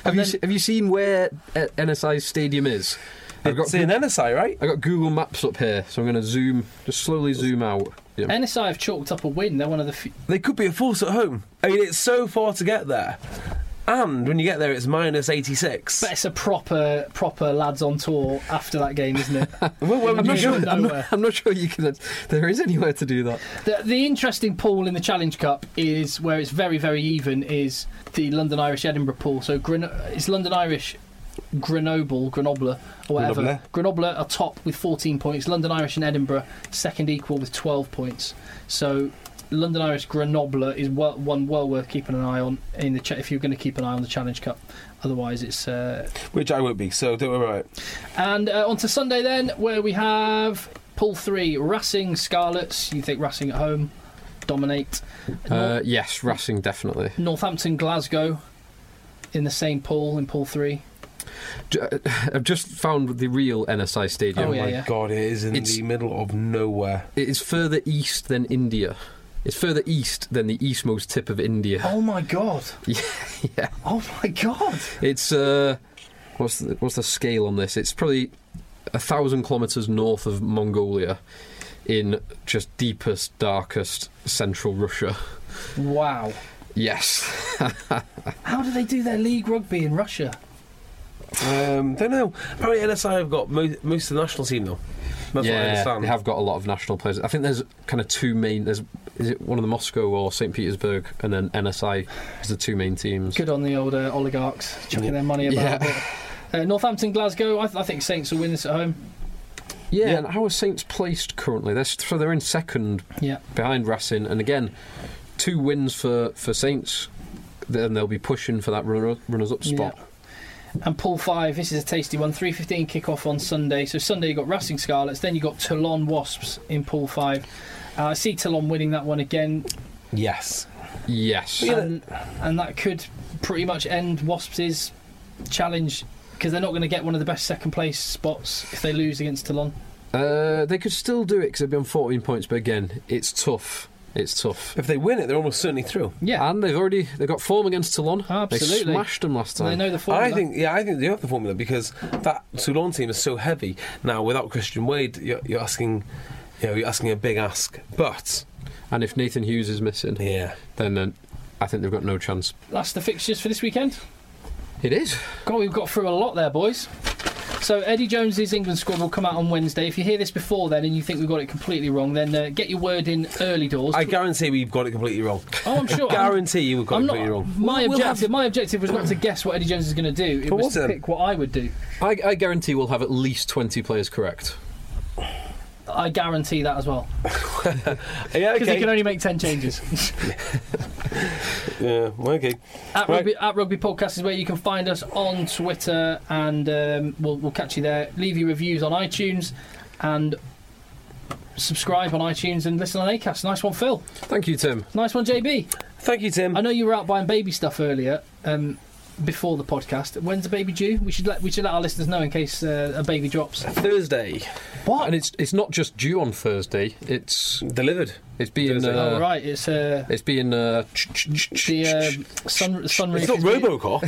B: Have you se- have you seen where uh, NSI's stadium is? I've got
C: It's in
B: Goo-
C: NSI, right?
B: I've got Google Maps up here, so I'm going to zoom, just slowly zoom out. Yeah.
D: NSI have chalked up a win. They're one of the. Few,
C: They could be a force at home. I mean, it's so far to get there. And when you get there, it's minus 86.
D: but it's a proper, proper lads on tour after that game, isn't it?
C: <laughs> Well, well,
D: I'm not
C: you-
B: <laughs>
D: sure.
B: I'm
D: Nowhere.
B: not, I'm not sure you can. There is anywhere to do that.
D: The, the interesting pool in the Challenge Cup is where it's very, very even is the London Irish Edinburgh pool. So Greno- it's London Irish Grenoble, Grenoble, or whatever.
C: Grenoble.
D: Grenoble. are top with 14 points. London Irish and Edinburgh second equal with 12 points. So London Irish Grenoble is well, one well worth keeping an eye on in the cha- if you're going to keep an eye on the Challenge Cup. Otherwise, it's uh,
C: Which I won't be, so don't worry about it.
D: and uh, on to Sunday then, where we have pool three: Racing Scarlets. You think Racing at home dominate?
B: Uh, yes, Racing definitely.
D: Northampton Glasgow in the same pool in pool three.
B: J- uh, I've just found the real NSI stadium.
D: Oh, yeah,
C: My
D: yeah.
C: God, it is in
B: It's-
C: the middle of nowhere.
B: It is further east than India. It's further east than the eastmost tip of India.
D: Oh my god!
B: <laughs> Yeah, yeah.
D: Oh my god!
B: It's uh, what's the, what's the scale on this? It's probably a thousand kilometers north of Mongolia, in just deepest, darkest central Russia.
D: Wow!
B: Yes, <laughs>
D: How do they do their league rugby in Russia?
C: Um, don't know. Apparently, NSI have got mo- most of the national team, though. That's what I
B: yeah,
C: understand.
B: they have got a lot of national players. I think there's kind of two main. There's is it one of the Moscow or Saint Petersburg, and then NSI is the two main teams.
D: Good on the old uh, oligarchs chucking their money about.
B: Yeah.
D: a bit. Uh, Northampton Glasgow. I, th- I think Saints will win this at home.
B: Yeah, and how are Saints placed currently? They're, so they're in second
D: Yeah.
B: behind Racing, and again, two wins for, for Saints, then they'll be pushing for that runner, runners up spot.
D: Yeah. And pool five, this is a tasty one. Three fifteen kickoff on Sunday. So Sunday you got Racing Scarlets, then you got Toulon Wasps in pool five. Uh, I see Toulon winning that one again,
C: Yes.
B: Yes.
D: and, and that could pretty much end Wasps' challenge because they're not going to get one of the best second place spots if they lose against Toulon.
B: Uh, they could still do it because they've been 14 points, but again, it's tough. It's tough.
C: If they win it, they're almost certainly through.
D: Yeah,
B: And they've already they've got form against Toulon. They
D: Absolutely.
B: smashed them last
D: they
B: time.
D: know the form.
C: I
D: of that.
C: think, yeah, I think they have the formula because that Toulon team is so heavy now. Without Christian Wade, you're, you're asking, you know, you're asking a big ask. But
B: and if Nathan Hughes is missing,
C: yeah,
B: then uh, I think they've got no chance.
D: that's the fixtures for this weekend.
B: It is.
D: God, we've got through a lot there, boys. So Eddie Jones's England squad will come out on Wednesday. If you hear this before then and you think we got it completely wrong, then uh, get your word in early doors.
C: I guarantee we've got it completely wrong.
D: oh, I'm
C: <laughs>
D: sure.
C: I guarantee you we've got
D: I'm
C: it
D: not,
C: completely wrong.
D: my
C: We'll
D: objective, my objective was not to guess what Eddie Jones is going to do. It
C: But
D: was
C: what's um,
D: to
C: the-
D: pick what I would do.
B: I, I guarantee we'll have at least 20 players correct.
D: I guarantee that as well
C: have- yeah,
D: because he
C: okay.
D: can only make ten changes.
C: yeah, well, okay.
D: At,
C: Right.
D: rugby, at Rugby Podcast is where you can find us on Twitter, and um, we'll, we'll catch you there. Leave your reviews on iTunes and subscribe on iTunes and listen on ACAST. Nice one, Phil.
B: Thank you, Tim.
D: Nice one, JB.
C: Thank you, Tim.
D: I know you were out buying baby stuff earlier. Um, before the podcast, when's the baby due? We should let we should let our listeners know in case uh, a baby drops.
C: Thursday
D: What?
B: And it's it's not just due on Thursday. It's
C: delivered.
B: it's being
C: Thursday.
B: uh,
D: oh, right, it's uh,
B: it's being uh,
D: the uh, sun sunroof.
C: It's not
D: is being-
C: Robocop.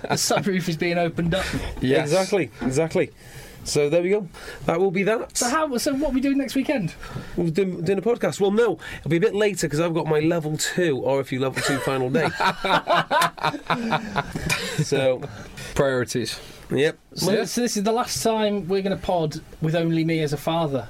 D: <laughs> the sunroof is being opened up.
B: yes.
C: Exactly, exactly. So there we go. That will be that.
D: So how? So what are we doing next weekend?
C: We're doing, doing a podcast. Well, no, it'll be a bit later because I've got my level two, or if you level two, final day. so,
B: priorities.
C: yep.
D: So,
C: Yeah.
D: so this is the last time we're going to pod with only me as a father.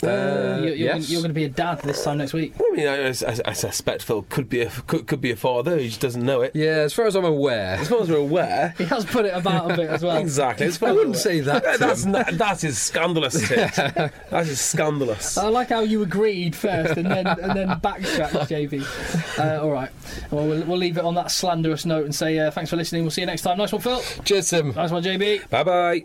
B: Uh,
D: you're, you're
B: yes.
D: gonna, you're gonna be a dad this time next week. <laughs>
C: I mean, I, I- I suspect Phil could be a could, could be a father. He just doesn't know it.
B: yeah, as far as I'm aware.
C: As far as we're aware.
D: He has put it about a bit as well.
C: Exactly. As far
B: I
C: as
B: wouldn't
C: we're-
B: say that.
C: That's not, that is scandalous. Tit. that is scandalous.
D: I like how you agreed first and then and then backtracked, JB. Uh, all right. Well, well, we'll leave it on that slanderous note and say uh, thanks for listening. We'll see you next time. Nice one, Phil.
B: Cheers, Tim.
D: Nice one, JB.
C: Bye bye.